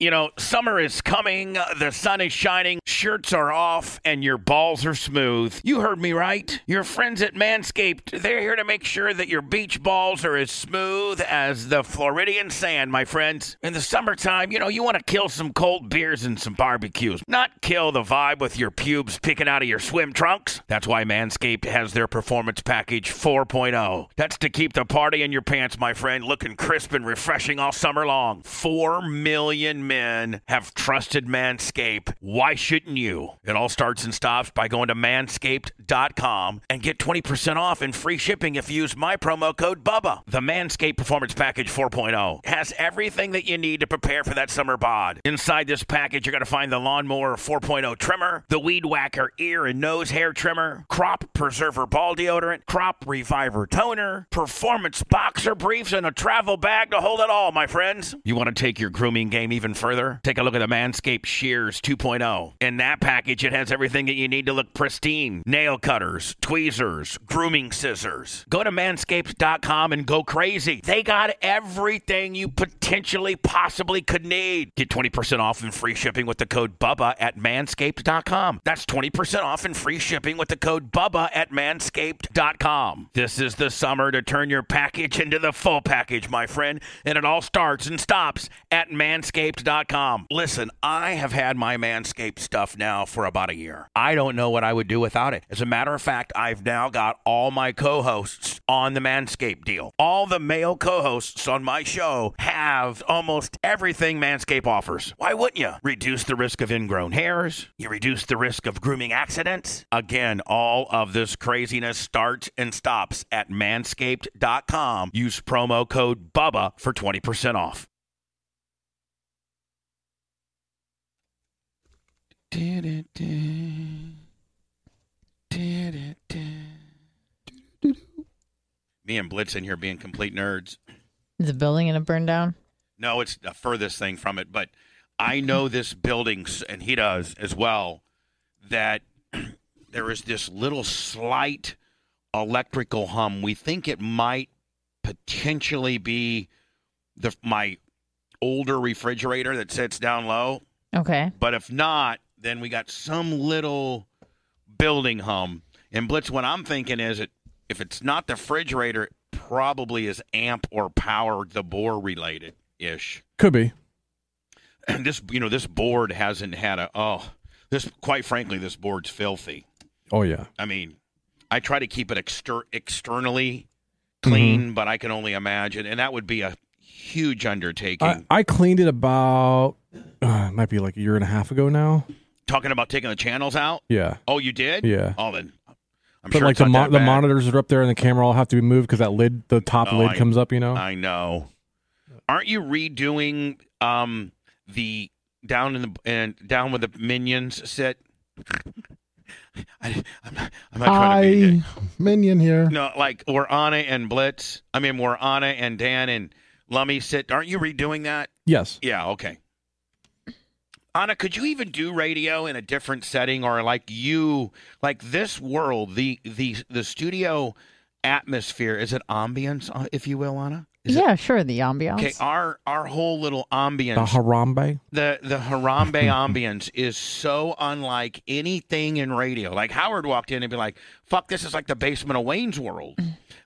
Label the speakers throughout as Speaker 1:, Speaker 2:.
Speaker 1: You know, summer is coming, the sun is shining, shirts are off, and your balls are smooth. You heard me right. Your friends at Manscaped, they're here to make sure that your beach balls are as smooth as the Floridian sand, my friends. In the summertime, you know, you want to kill some cold beers and some barbecues, not kill the vibe with your pubes picking out of your swim trunks. That's why Manscaped has their Performance Package 4.0. That's to keep the party in your pants, my friend, looking crisp and refreshing all summer long. 4 million men have trusted Manscaped. Why shouldn't you? It all starts and stops by going to manscaped.com and get 20% off and free shipping if you use my promo code BUBBA. The Manscaped Performance Package 4.0 has everything that you need to prepare for that summer bod. Inside this package, you're going to find the Lawnmower 4.0 trimmer, the Weed Whacker ear and nose hair trimmer, Crop Preserver ball deodorant, Crop Reviver toner, Performance boxer briefs, and a travel bag to hold it all, my friends. You want to take your grooming game even further? Take a look at the Manscaped Shears 2.0. In that package, it has everything that you need to look pristine nail cutters, tweezers, grooming scissors. Go to manscaped.com and go crazy. They got everything you potentially possibly could need. Get 20% off and free shipping with the code BUBBA at manscaped.com. That's 20% off and free shipping with the code BUBBA at manscaped.com. This is the summer to turn your package into the full package, my friend, and it all starts and stops at manscaped.com. Manscaped.com. Listen, I have had my Manscaped stuff now for about a year. I don't know what I would do without it. As a matter of fact, I've now got all my co hosts on the Manscaped deal. All the male co hosts on my show have almost everything Manscaped offers. Why wouldn't you? Reduce the risk of ingrown hairs, you reduce the risk of grooming accidents. Again, all of this craziness starts and stops at manscaped.com. Use promo code BUBBA for 20% off. Me and Blitz in here being complete nerds.
Speaker 2: Is the building gonna burn down?
Speaker 1: No, it's the furthest thing from it, but I know this building, and he does as well, that there is this little slight electrical hum. We think it might potentially be the my older refrigerator that sits down low.
Speaker 2: Okay.
Speaker 1: But if not, then we got some little building hum. And Blitz, what I'm thinking is it if it's not the refrigerator, it probably is amp or power the bore related ish.
Speaker 3: Could be.
Speaker 1: And this you know, this board hasn't had a oh this quite frankly, this board's filthy.
Speaker 3: Oh yeah.
Speaker 1: I mean, I try to keep it exter- externally clean, mm-hmm. but I can only imagine and that would be a huge undertaking.
Speaker 3: I, I cleaned it about uh, it might be like a year and a half ago now.
Speaker 1: Talking about taking the channels out.
Speaker 3: Yeah.
Speaker 1: Oh, you did.
Speaker 3: Yeah.
Speaker 1: Oh, then. I'm
Speaker 3: but
Speaker 1: sure
Speaker 3: like the mo- the monitors are up there and the camera all have to be moved because that lid, the top
Speaker 1: Oh,
Speaker 3: lid
Speaker 1: I-
Speaker 3: comes up. You know.
Speaker 1: I know. Aren't you redoing um the down in the and down with the minions set? I, I'm not, I'm not trying to be.
Speaker 4: I minion here.
Speaker 1: No, like Orana and Blitz. I mean, Orana and Dan and Lummy sit. Aren't you redoing that?
Speaker 3: yes.
Speaker 1: Yeah, okay. Anna, could you even do radio in a different setting or like you like this world, the the the studio atmosphere, is it ambience, uh, if you will, Anna? Is it-
Speaker 2: yeah, sure. The ambiance.
Speaker 1: okay, um our our whole little
Speaker 3: The
Speaker 1: ambience
Speaker 3: Harambe.
Speaker 1: the the Harambe ambience is so unlike anything in radio. Like Howard walked in and be like, "Fuck, this is like the basement of Wayne's World."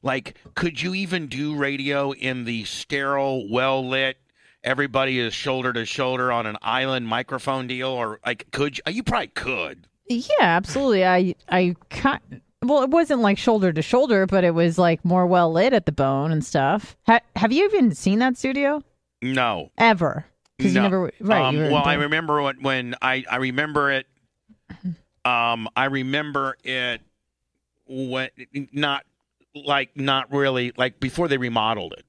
Speaker 1: like, could you even do radio in the sterile, well lit? Everybody is shoulder to shoulder on an island microphone deal, or like, could you? You probably could.
Speaker 2: Yeah, absolutely. I I can Well, it wasn't like shoulder to shoulder, but it was like more well lit at the bone and stuff. Ha- have you even seen that studio
Speaker 1: No.
Speaker 2: ever? Because
Speaker 1: No.
Speaker 2: you never right.
Speaker 1: um,
Speaker 2: you were
Speaker 1: well, I
Speaker 2: there.
Speaker 1: remember when, when I I remember it. Um, I remember it when not like not really like before they remodeled it,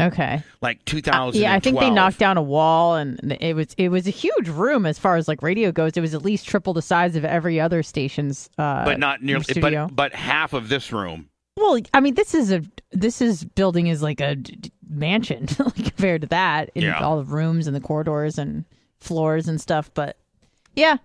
Speaker 2: okay.
Speaker 1: like
Speaker 2: Uh,
Speaker 1: 2012.
Speaker 2: yeah, I think they knocked down a wall, and it was it was a huge room as far as like radio goes. It was at least triple the size of every other station's. Uh,
Speaker 1: but not nearly.
Speaker 2: studio.
Speaker 1: But but half of this room.
Speaker 2: well, I mean, this is a this is building is like a d- d- mansion like, compared to that. In
Speaker 1: Yeah.
Speaker 2: all the rooms and the corridors and floors and stuff. But yeah,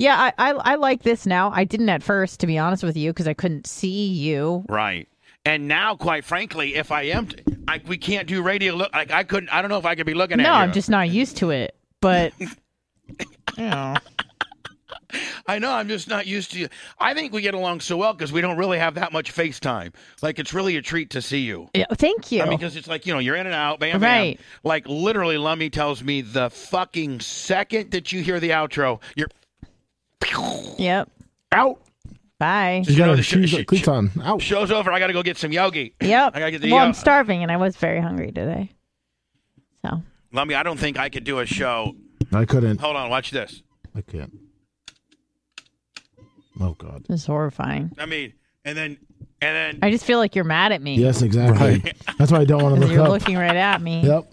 Speaker 2: yeah, I I, I like this now. I didn't at first, to be honest with you, because I couldn't see you.
Speaker 1: Right. And now, quite frankly, if I am, t- I, we can't do radio. Look, like I couldn't. I don't know if I could be looking at.
Speaker 2: No,
Speaker 1: you.
Speaker 2: I'm just not used to it. But you know.
Speaker 1: I know. I'm just not used to you. I think we get along so well because we don't really have that much FaceTime. Like it's really a treat to see you.
Speaker 2: Yeah, thank you.
Speaker 1: I mean, because it's like you know, you're in and out, bam,
Speaker 2: Right.
Speaker 1: bam. Like literally, Lummy tells me the fucking second that you hear the outro, you're
Speaker 2: yep.
Speaker 1: out.
Speaker 2: Bye.
Speaker 5: She's got
Speaker 1: No,
Speaker 5: her
Speaker 1: the sh-
Speaker 5: shoes,
Speaker 1: sh-
Speaker 5: cleats on. Ouch.
Speaker 1: Show's over. I got to go get some yogi.
Speaker 2: Yep.
Speaker 1: I gotta get the uh,
Speaker 2: well,
Speaker 1: yo-
Speaker 2: I'm starving, and I was very hungry today. So
Speaker 1: Lummy, I don't think I could do a show.
Speaker 5: I couldn't.
Speaker 1: Hold on, watch this.
Speaker 5: I can't. Oh God.
Speaker 2: it's horrifying.
Speaker 1: I mean, and then and then
Speaker 2: I just feel like you're mad at me.
Speaker 5: Yes, exactly. That's why I don't want to
Speaker 2: 'Cause
Speaker 5: look
Speaker 2: You're
Speaker 5: up.
Speaker 2: looking right at me.
Speaker 5: Yep.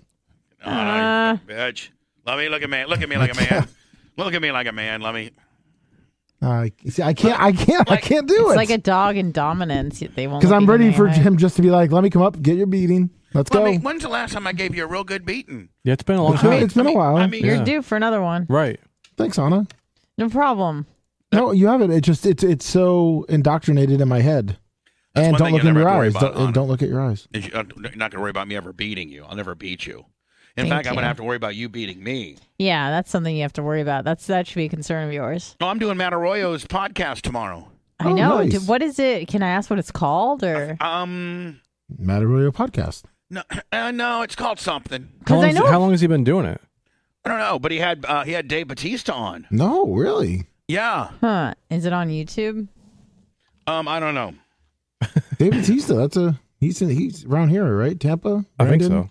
Speaker 1: Oh, no, you
Speaker 2: Uh.
Speaker 1: fucking bitch. Let me look at man. Look at me like a man. look at me like a man. Let me.
Speaker 5: I see, I can't. I can't. I can't do
Speaker 2: It's like a
Speaker 5: it.
Speaker 2: dog in dominance. yet They won't.
Speaker 5: Because
Speaker 2: look
Speaker 5: I'm
Speaker 2: at you
Speaker 5: ready for
Speaker 2: anyway.
Speaker 5: him just to be like, "Let me come up, get your beating. Let's
Speaker 1: Let
Speaker 5: go."
Speaker 1: me. When's the last time I gave you a real good beating?
Speaker 3: Yeah, it's been a long
Speaker 5: It's been-
Speaker 3: time.
Speaker 5: it's been
Speaker 1: I mean-
Speaker 5: a while.
Speaker 1: I mean,
Speaker 2: You're
Speaker 3: Yeah.
Speaker 2: due for another one.
Speaker 3: Right.
Speaker 5: Thanks, Anna.
Speaker 2: No problem.
Speaker 5: No, you haven't. It just it's it's so indoctrinated in my head.
Speaker 1: That's one
Speaker 5: and don't
Speaker 1: thing
Speaker 5: look
Speaker 1: you
Speaker 5: in
Speaker 1: never
Speaker 5: your
Speaker 1: have to worry
Speaker 5: eyes.
Speaker 1: about,
Speaker 5: Don't,
Speaker 1: Anna.
Speaker 5: and don't look at your eyes.
Speaker 1: Is you- uh, You're not gonna worry about me ever beating you. I'll never beat you. In
Speaker 2: Thank
Speaker 1: fact, I'm gonna
Speaker 2: you.
Speaker 1: have to worry about you beating me.
Speaker 2: Yeah, that's something you have to worry about. That's that should be a concern of yours.
Speaker 1: No, I'm doing Matt Arroyo's podcast tomorrow.
Speaker 2: I
Speaker 5: Oh,
Speaker 2: know.
Speaker 5: nice.
Speaker 2: Do- What is it? Can I ask what it's called? Or
Speaker 1: Um,
Speaker 5: Matt Arroyo podcast.
Speaker 1: no, uh, no, it's called something.
Speaker 3: How
Speaker 2: because
Speaker 3: long,
Speaker 2: I
Speaker 3: is-
Speaker 2: know
Speaker 3: how long has he been doing it?
Speaker 1: I don't know, but he had uh, he had Dave Batista on.
Speaker 5: No, really.
Speaker 1: Yeah.
Speaker 2: Huh? Is it on YouTube?
Speaker 1: Um, I don't know.
Speaker 5: David Tista. That's a he's in, he's around here, right? Tampa.
Speaker 3: I think
Speaker 5: Brandon?
Speaker 3: so.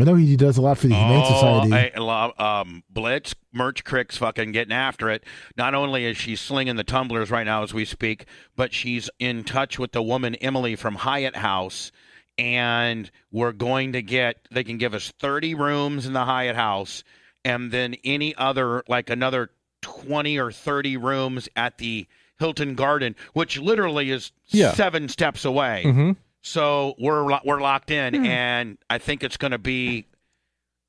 Speaker 5: I know he does a lot for the Humane Society.
Speaker 1: Oh, I love um, Blitz Merch Crick's fucking getting after it. Not only is she slinging the tumblers right now as we speak, but she's in touch with the woman Emily from Hyatt House, and we're going to get. They can give us thirty rooms in the Hyatt House, and then any other like another twenty or thirty rooms at the Hilton Garden, which literally is
Speaker 3: Yeah.
Speaker 1: seven steps away.
Speaker 3: Mm-hmm.
Speaker 1: So we're lo- we're locked in, and I think it's going to be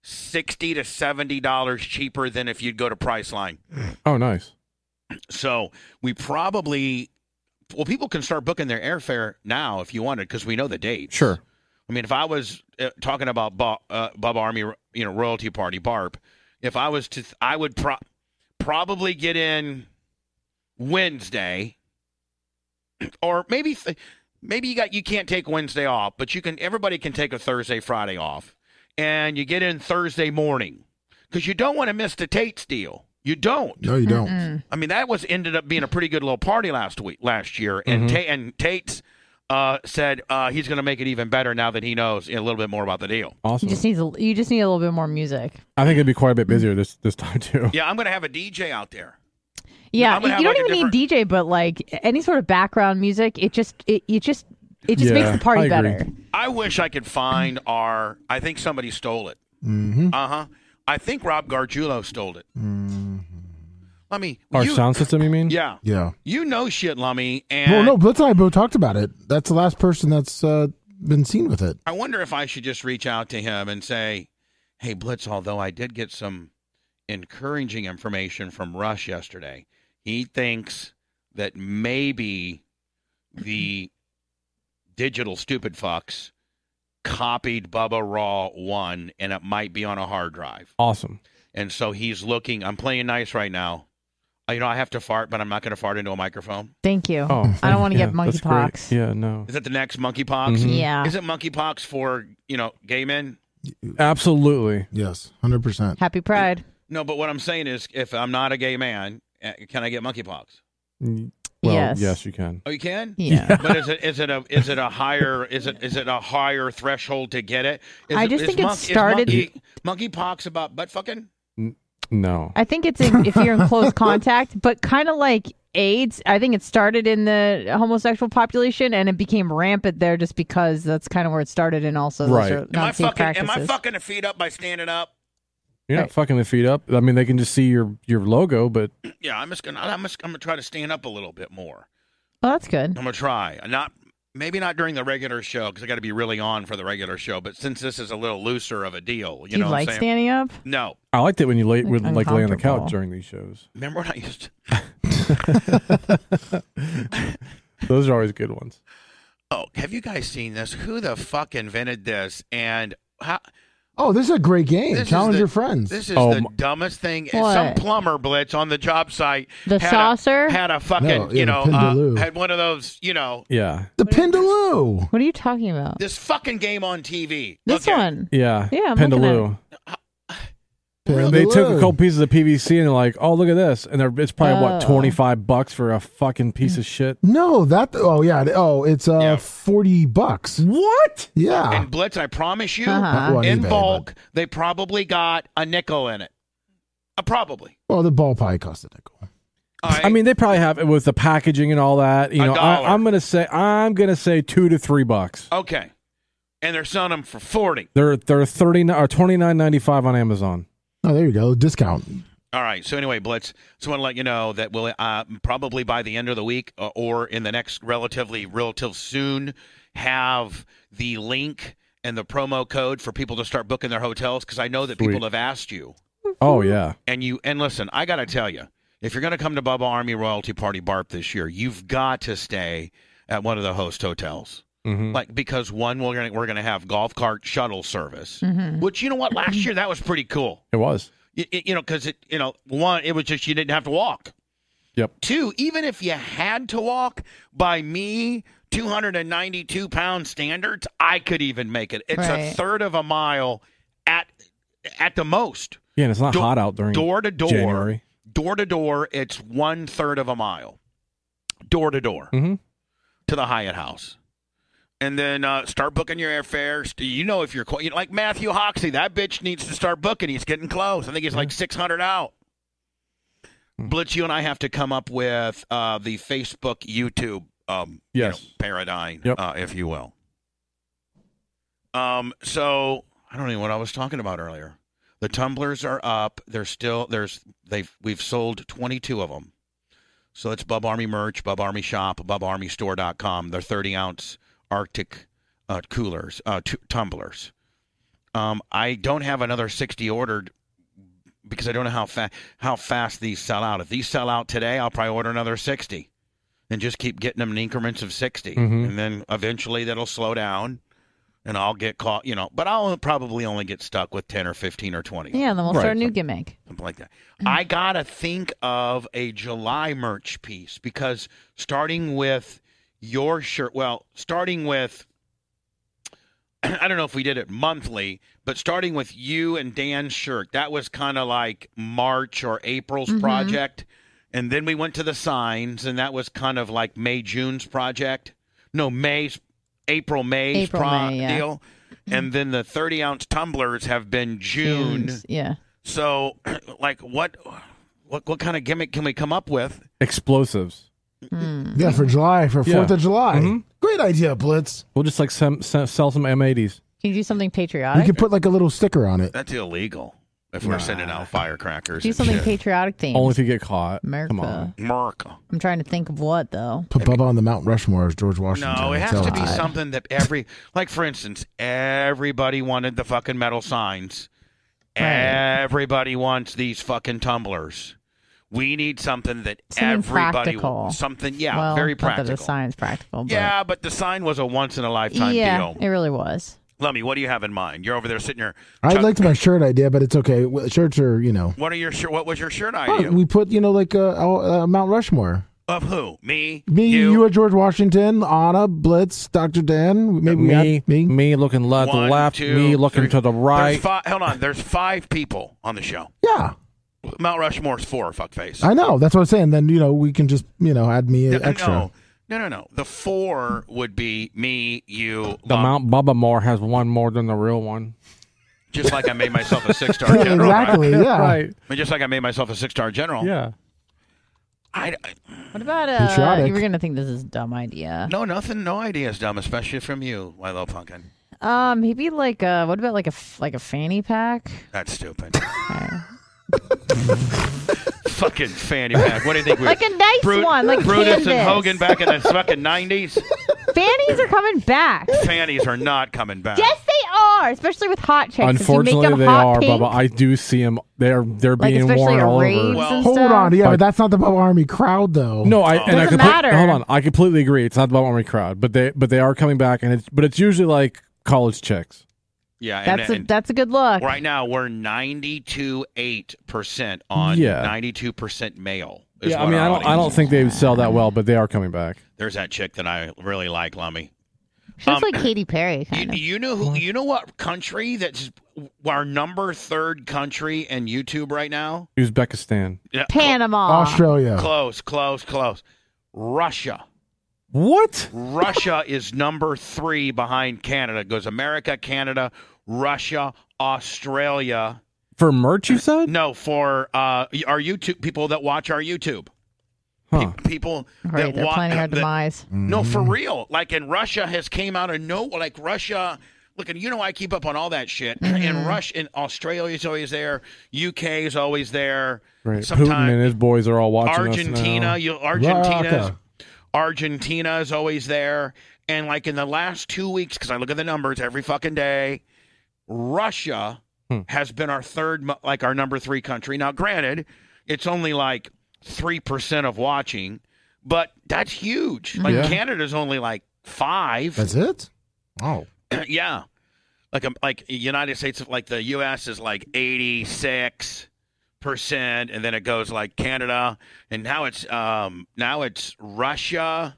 Speaker 1: sixty to seventy dollars cheaper than if you'd go to Priceline.
Speaker 3: Oh, nice.
Speaker 1: So we probably well, people can start booking their airfare now if you wanted because we know the date.
Speaker 3: Sure.
Speaker 1: I mean, if I was uh, talking about Bo- uh, Bob Army, you know, Royalty Party Barb, if I was to, I would pro- probably get in Wednesday, or maybe th- maybe you got you can't take Wednesday off, but you can. Everybody can take a Thursday, Friday off, and you get in Thursday morning because you don't want to miss the Tate's deal. You don't.
Speaker 5: no, you don't.
Speaker 2: Mm-mm.
Speaker 1: I mean, that was ended up being a pretty good little party last week, last year. And
Speaker 5: Mm-hmm.
Speaker 3: Mhm.
Speaker 1: Ta- and Tate uh, said uh, he's going to make it even better now that he knows a little bit more about the deal.
Speaker 2: You
Speaker 3: Awesome.
Speaker 2: just need a, you just need a little bit more music.
Speaker 3: I think it'd be quite a bit busier this this time too.
Speaker 1: Yeah, I'm going to have a DJ out there.
Speaker 2: Yeah,
Speaker 1: I'm gonna
Speaker 2: you
Speaker 1: have,
Speaker 2: don't
Speaker 1: like, a
Speaker 2: even need DJ, but like any sort of background music, it just it, it just it just
Speaker 3: Yeah,
Speaker 2: makes the party
Speaker 3: I agree.
Speaker 2: better.
Speaker 1: I wish I could find our. I think somebody stole it.
Speaker 5: Mm-hmm.
Speaker 1: Uh huh. I think Rob Gargiulo stole it. Lummy,
Speaker 3: Our
Speaker 1: you,
Speaker 3: sound system, you mean?
Speaker 1: yeah,
Speaker 5: Yeah.
Speaker 1: you know shit, Lummy. And
Speaker 5: Well, no, Blitz and I both talked about it. That's the last person that's uh, been seen with it.
Speaker 1: I wonder if I should just reach out to him and say, "Hey, Blitz. Although I did get some encouraging information from Rush yesterday, he thinks that maybe the digital stupid fucks copied Bubba Raw one, and it might be on a hard drive.
Speaker 3: Awesome.
Speaker 1: And so he's looking. I'm playing nice right now. Uh, You know, I have to fart, but I'm not going to fart into a microphone.
Speaker 2: Thank you.
Speaker 3: Oh,
Speaker 2: I don't want to
Speaker 3: yeah,
Speaker 2: get
Speaker 3: that's great.
Speaker 2: monkeypox.
Speaker 3: Yeah, no.
Speaker 1: Is that the next monkeypox?
Speaker 3: Mhm.
Speaker 2: Yeah.
Speaker 1: Is it monkeypox for you know gay men?
Speaker 3: Absolutely.
Speaker 5: Yes, hundred percent.
Speaker 2: Happy Pride.
Speaker 1: eh, No, but what I'm saying is, if I'm not a gay man, uh, can I get monkeypox?
Speaker 3: Mm, Well,
Speaker 2: yes.
Speaker 3: yes, you can.
Speaker 1: Oh, you can.
Speaker 2: Yeah.
Speaker 1: But is it is it a is it a higher is it is it a higher threshold to get it? Is
Speaker 2: I just
Speaker 1: is
Speaker 2: think it
Speaker 1: monk- is
Speaker 2: started-
Speaker 1: monkey- monkeypox about butt fucking.
Speaker 3: No.
Speaker 2: I think it's in, if you're in close contact, but kind of like AIDS. I think it started in the homosexual population and it became rampant there just because that's kind of where it started. And also, those
Speaker 3: Right.
Speaker 2: are
Speaker 1: Am I
Speaker 2: not safe
Speaker 1: fucking
Speaker 2: practices.
Speaker 1: am I fucking the feet up by standing up?
Speaker 3: You're not
Speaker 2: Right.
Speaker 3: fucking the feet up. I mean, they can just see your your logo, but
Speaker 1: Yeah, I'm just gonna I'm just I'm gonna try to stand up a little bit more.
Speaker 2: well, that's good.
Speaker 1: I'm gonna try. Not maybe not during the regular show because I got to be really on for the regular show. But since this is a little looser of a deal, you
Speaker 2: Do you
Speaker 1: know what I'm
Speaker 2: like
Speaker 1: saying?
Speaker 2: standing up?
Speaker 1: no,
Speaker 3: I liked it when you lay
Speaker 2: Like
Speaker 3: would like lay on the
Speaker 2: uncomfortable.
Speaker 3: couch during these shows.
Speaker 1: remember when I used to?
Speaker 3: Those are always good ones.
Speaker 1: Oh, have you guys seen this? Who the fuck invented this? And how,
Speaker 5: Oh, this is a great game.
Speaker 1: This is
Speaker 5: Challenge
Speaker 1: the-
Speaker 5: your friends.
Speaker 1: this is
Speaker 3: Oh,
Speaker 1: the
Speaker 3: my-
Speaker 1: dumbest thing. Some
Speaker 2: What?
Speaker 1: plumber blitz on the job site
Speaker 2: The
Speaker 1: Had a-
Speaker 2: saucer?
Speaker 1: had a fucking
Speaker 5: No, yeah,
Speaker 1: you know uh,
Speaker 5: Pindaloo.
Speaker 1: had one of those you know
Speaker 3: Yeah,
Speaker 5: the Pindaloo.
Speaker 2: what are you talking about?
Speaker 1: this fucking game on TV.
Speaker 2: This
Speaker 1: Look at-
Speaker 2: one.
Speaker 3: yeah,
Speaker 2: Yeah, I'm looking at
Speaker 3: Pendaloo.
Speaker 5: Pindaloo.
Speaker 3: They took a couple pieces of PVC and they're like, "Oh, look at this!" And they're, it's probably what
Speaker 2: Oh.
Speaker 3: twenty five bucks for a fucking piece of shit.
Speaker 5: No, that. Oh yeah. Oh, it's uh
Speaker 1: Yeah.
Speaker 5: forty bucks.
Speaker 3: What?
Speaker 5: Yeah.
Speaker 1: And Blitz, I promise you,
Speaker 2: Uh-huh.
Speaker 5: Not on
Speaker 1: in
Speaker 5: eBay,
Speaker 1: bulk,
Speaker 5: but-
Speaker 1: they probably got a nickel in it. Uh, probably.
Speaker 5: well, the ball pie cost a nickel.
Speaker 1: All right.
Speaker 3: I mean, they probably have it with the packaging and all that. You
Speaker 1: A
Speaker 3: know,
Speaker 1: dollar.
Speaker 3: I, I'm gonna say I'm gonna say two to three bucks.
Speaker 1: okay. And they're selling them for 40.
Speaker 3: They're they're thirty nine or twenty nine ninety five on Amazon.
Speaker 5: Oh, there you go. Discount.
Speaker 1: All right. So anyway, Blitz, just want to let you know that we'll uh, probably by the end of the week uh, or in the next relatively relative soon have the link and the promo code for people to start booking their hotels because I know that people
Speaker 3: Sweet.
Speaker 1: have asked you
Speaker 3: Oh yeah,
Speaker 1: and you and listen, I got to tell you, if you're going to come to Bubba Army Royalty Party Barp this year, you've got to stay at one of the host hotels.
Speaker 3: hmm
Speaker 1: Like because one we're going to we're going to have golf cart shuttle service.
Speaker 2: Mhm.
Speaker 1: Which you know what last year that was pretty cool.
Speaker 3: it was.
Speaker 1: You, you know, because it, you know, one, it was just you didn't have to walk.
Speaker 3: Yep.
Speaker 1: Two, even if you had to walk by me, 292 pound standards, I could even make it. It's a
Speaker 2: Right.
Speaker 1: third of a mile at at the most,
Speaker 3: Yeah, and it's not
Speaker 1: Do-
Speaker 3: hot out during
Speaker 1: door to door.
Speaker 3: January.
Speaker 1: Door to door, it's one third of a mile, door to door
Speaker 3: Mm-hmm.
Speaker 1: to the Hyatt House. And then uh, start booking your airfare. St- You know if you're qu- you know, like Matthew Hoxie, that bitch needs to start booking. He's getting close. I think he's like six hundred out.
Speaker 3: Hmm.
Speaker 1: Blitz, you and I have to come up with uh, the Facebook, YouTube, um, you
Speaker 3: Yes.
Speaker 1: know, paradigm,
Speaker 3: Yep.
Speaker 1: uh, if you will. Um, so I don't know what I was talking about earlier. The tumblers are up. They're still there's they've we've sold 22 of them. So it's Bub Army merch, Bub Army shop, BubArmyStore.com. They're 30 ounce Arctic uh, coolers, uh, t- tumblers. Um, I don't have another 60 ordered because I don't know how fa- how fast these sell out. If these sell out today, I'll probably order another 60 and just keep getting them in increments of 60.
Speaker 3: Mhm.
Speaker 1: And then eventually that'll slow down and I'll get caught, you know, but I'll probably only get stuck with 10 or 15 or 20
Speaker 2: Yeah, then we'll
Speaker 3: Right.
Speaker 2: start a new gimmick.
Speaker 1: something like that.
Speaker 2: Mm-hmm.
Speaker 1: I gotta think of a July merch piece because starting with your shirt, well, starting with I don't know if we did it monthly, but starting with you and Dan's shirt, that was kind of like March or April's
Speaker 2: Mhm.
Speaker 1: project, and then we went to the signs, and that was kind of like May June's project. No, May's April May's
Speaker 2: April,
Speaker 1: pro-
Speaker 2: May, yeah. Mm-hmm.
Speaker 1: deal, and then the thirty ounce tumblers have been June.
Speaker 2: Tunes, Yeah.
Speaker 1: So, like, what, what, what kind of gimmick can we come up with?
Speaker 3: Explosives.
Speaker 2: Hmm.
Speaker 5: Yeah,
Speaker 1: Mm-hmm.
Speaker 5: for July, for
Speaker 3: Yeah.
Speaker 5: Fourth of July.
Speaker 3: Mhm.
Speaker 5: Great idea, Blitz.
Speaker 3: We'll just like some, se- sell some M80s.
Speaker 2: Can you do something
Speaker 5: You
Speaker 2: patriotic?
Speaker 5: could put like a little sticker on it.
Speaker 1: That's illegal. If we're sending out firecrackers,
Speaker 2: do
Speaker 1: and
Speaker 2: something
Speaker 1: shit.
Speaker 2: patriotic themed.
Speaker 3: Only if you get caught.
Speaker 2: Mm.
Speaker 3: Come
Speaker 2: America.
Speaker 3: on.
Speaker 1: America.
Speaker 2: I'm trying to think of what though.
Speaker 5: Put Bubba on the Mount Rushmore as George Washington.
Speaker 1: No, it
Speaker 5: That's
Speaker 1: has
Speaker 5: how
Speaker 1: to
Speaker 5: it's-
Speaker 1: be something that every, like, for instance, everybody wanted the fucking metal signs.
Speaker 2: Right.
Speaker 1: Everybody wants these fucking tumblers. We need something that
Speaker 2: Something
Speaker 1: everybody
Speaker 2: practical.
Speaker 1: something, yeah,
Speaker 2: well,
Speaker 1: very
Speaker 2: not that
Speaker 1: practical.
Speaker 2: it's science practical. But
Speaker 1: yeah, but the sign was a once in a lifetime
Speaker 2: yeah,
Speaker 1: deal.
Speaker 2: it really was.
Speaker 1: Lummy, what do you have in mind? You're over there sitting here.
Speaker 5: I
Speaker 1: Chuck-
Speaker 5: liked my shirt idea, but it's okay. Well, Shirts are, you know.
Speaker 1: What are your shirt? What was your shirt
Speaker 5: Oh,
Speaker 1: idea?
Speaker 5: we put, you know, like uh, uh, Mount Rushmore.
Speaker 1: of who? Me,
Speaker 5: Me, you,
Speaker 1: you,
Speaker 5: at George Washington, Anna, Blitz, Dr. Dan, maybe
Speaker 3: Me,
Speaker 5: Matt, me.
Speaker 3: me looking le- to the
Speaker 1: One,
Speaker 3: left,
Speaker 1: two,
Speaker 3: me looking
Speaker 1: three.
Speaker 3: to the
Speaker 1: There's
Speaker 3: right.
Speaker 1: fi- hold on, there's five people on the show.
Speaker 5: Yeah.
Speaker 1: Mount Rushmore's four, fuckface.
Speaker 5: I know. That's what I'm saying. Then you know we can just you know add me
Speaker 1: no,
Speaker 5: extra.
Speaker 1: no, no, no, no. The four would be me, you,
Speaker 3: The
Speaker 1: Mom,
Speaker 3: Mount Bubba Moore has one more than the real one.
Speaker 1: just like I made myself a six star general. Right?
Speaker 5: exactly. Yeah.
Speaker 3: Right.
Speaker 1: I mean, just like I made myself a six star general.
Speaker 3: Yeah.
Speaker 1: I, I-
Speaker 2: What about uh?
Speaker 5: Patriotic.
Speaker 2: You were gonna think this is a dumb idea.
Speaker 1: no, nothing, no ideas, dumb, especially from you, Wilo Pumpkin.
Speaker 2: Uh, maybe like uh, what about like a f- like a fanny pack?
Speaker 1: That's stupid. fucking fanny pack. What do you think we
Speaker 2: Like a nice
Speaker 1: Brut-
Speaker 2: one, like
Speaker 1: Brutus and
Speaker 2: canvas.
Speaker 1: Hogan back in the fucking nineties.
Speaker 2: Fannies are coming back.
Speaker 1: Fannies are not coming back.
Speaker 2: Yes, they are, especially with hot chicks. If you make
Speaker 3: Unfortunately,
Speaker 2: them
Speaker 3: they
Speaker 2: hot
Speaker 3: are,
Speaker 2: pink,
Speaker 3: Bubba. I do see them. They're they're
Speaker 2: like
Speaker 3: being
Speaker 2: especially
Speaker 3: worn
Speaker 2: at
Speaker 3: all
Speaker 2: raves
Speaker 3: over.
Speaker 1: Well- Hold
Speaker 2: and
Speaker 5: Hold
Speaker 2: stuff.
Speaker 5: on. Yeah,
Speaker 3: But-
Speaker 5: but that's not the Bow Army crowd though.
Speaker 3: No, I and I
Speaker 2: Doesn't
Speaker 3: compl-
Speaker 2: matter.
Speaker 3: hold on. I completely agree. It's not the Bubba Army crowd, but they but they are coming back, and it's but it's usually like college chicks.
Speaker 1: Yeah, and,
Speaker 2: That's a
Speaker 1: and
Speaker 2: that's a good look.
Speaker 1: right now we're ninety two eight percent on
Speaker 3: Yeah.
Speaker 1: ninety two percent male. is
Speaker 3: Yeah, I
Speaker 1: what
Speaker 3: mean,
Speaker 1: our
Speaker 3: I don't I
Speaker 1: audience
Speaker 3: don't
Speaker 1: is.
Speaker 3: think they sell that well, but they are coming back.
Speaker 1: there's that chick that I really like, Lummy.
Speaker 2: She looks
Speaker 1: Um,
Speaker 2: like Katy Perry,
Speaker 1: You,
Speaker 2: kind of.
Speaker 1: you know who? You know what country that's our number third country in YouTube right now?
Speaker 3: Uzbekistan.
Speaker 1: Yeah, cl-
Speaker 2: Panama.
Speaker 5: Australia.
Speaker 1: Close, close, close. Russia.
Speaker 3: What?
Speaker 1: Russia is number three behind Canada. It goes America, Canada, Russia, Australia.
Speaker 3: For merch, you said?
Speaker 1: No, for uh, our YouTube people that watch our YouTube.
Speaker 3: Huh. Mm-hmm.
Speaker 1: Pe- people
Speaker 2: Right,
Speaker 1: that
Speaker 2: they're
Speaker 1: wa-
Speaker 2: planning our
Speaker 1: that-
Speaker 2: demise.
Speaker 1: No, for real. Like, in Russia has came out of no. Like Russia. Look, and you know I keep up on all that shit.
Speaker 2: Mm-hmm.
Speaker 1: And Russia, and Australia is always there. UK is always there.
Speaker 3: Right. Putin and
Speaker 1: Sometimes
Speaker 3: his boys are all watching
Speaker 1: Argentina.
Speaker 3: Us
Speaker 1: You Argentina's
Speaker 5: Rocka.
Speaker 1: Argentina is always there. And like in the last two weeks, because I look at the numbers every fucking day, Russia
Speaker 3: Hmm.
Speaker 1: has been our third, mo- like our number three country. Now, granted, it's only like 3% of watching, but that's huge. Like
Speaker 3: Yeah.
Speaker 1: Canada's only like five.
Speaker 5: That's it. Oh.
Speaker 1: yeah. Like, um, like United States, like the U.S. is like 86 percent, and then it goes like Canada, and now it's um now it's Russia,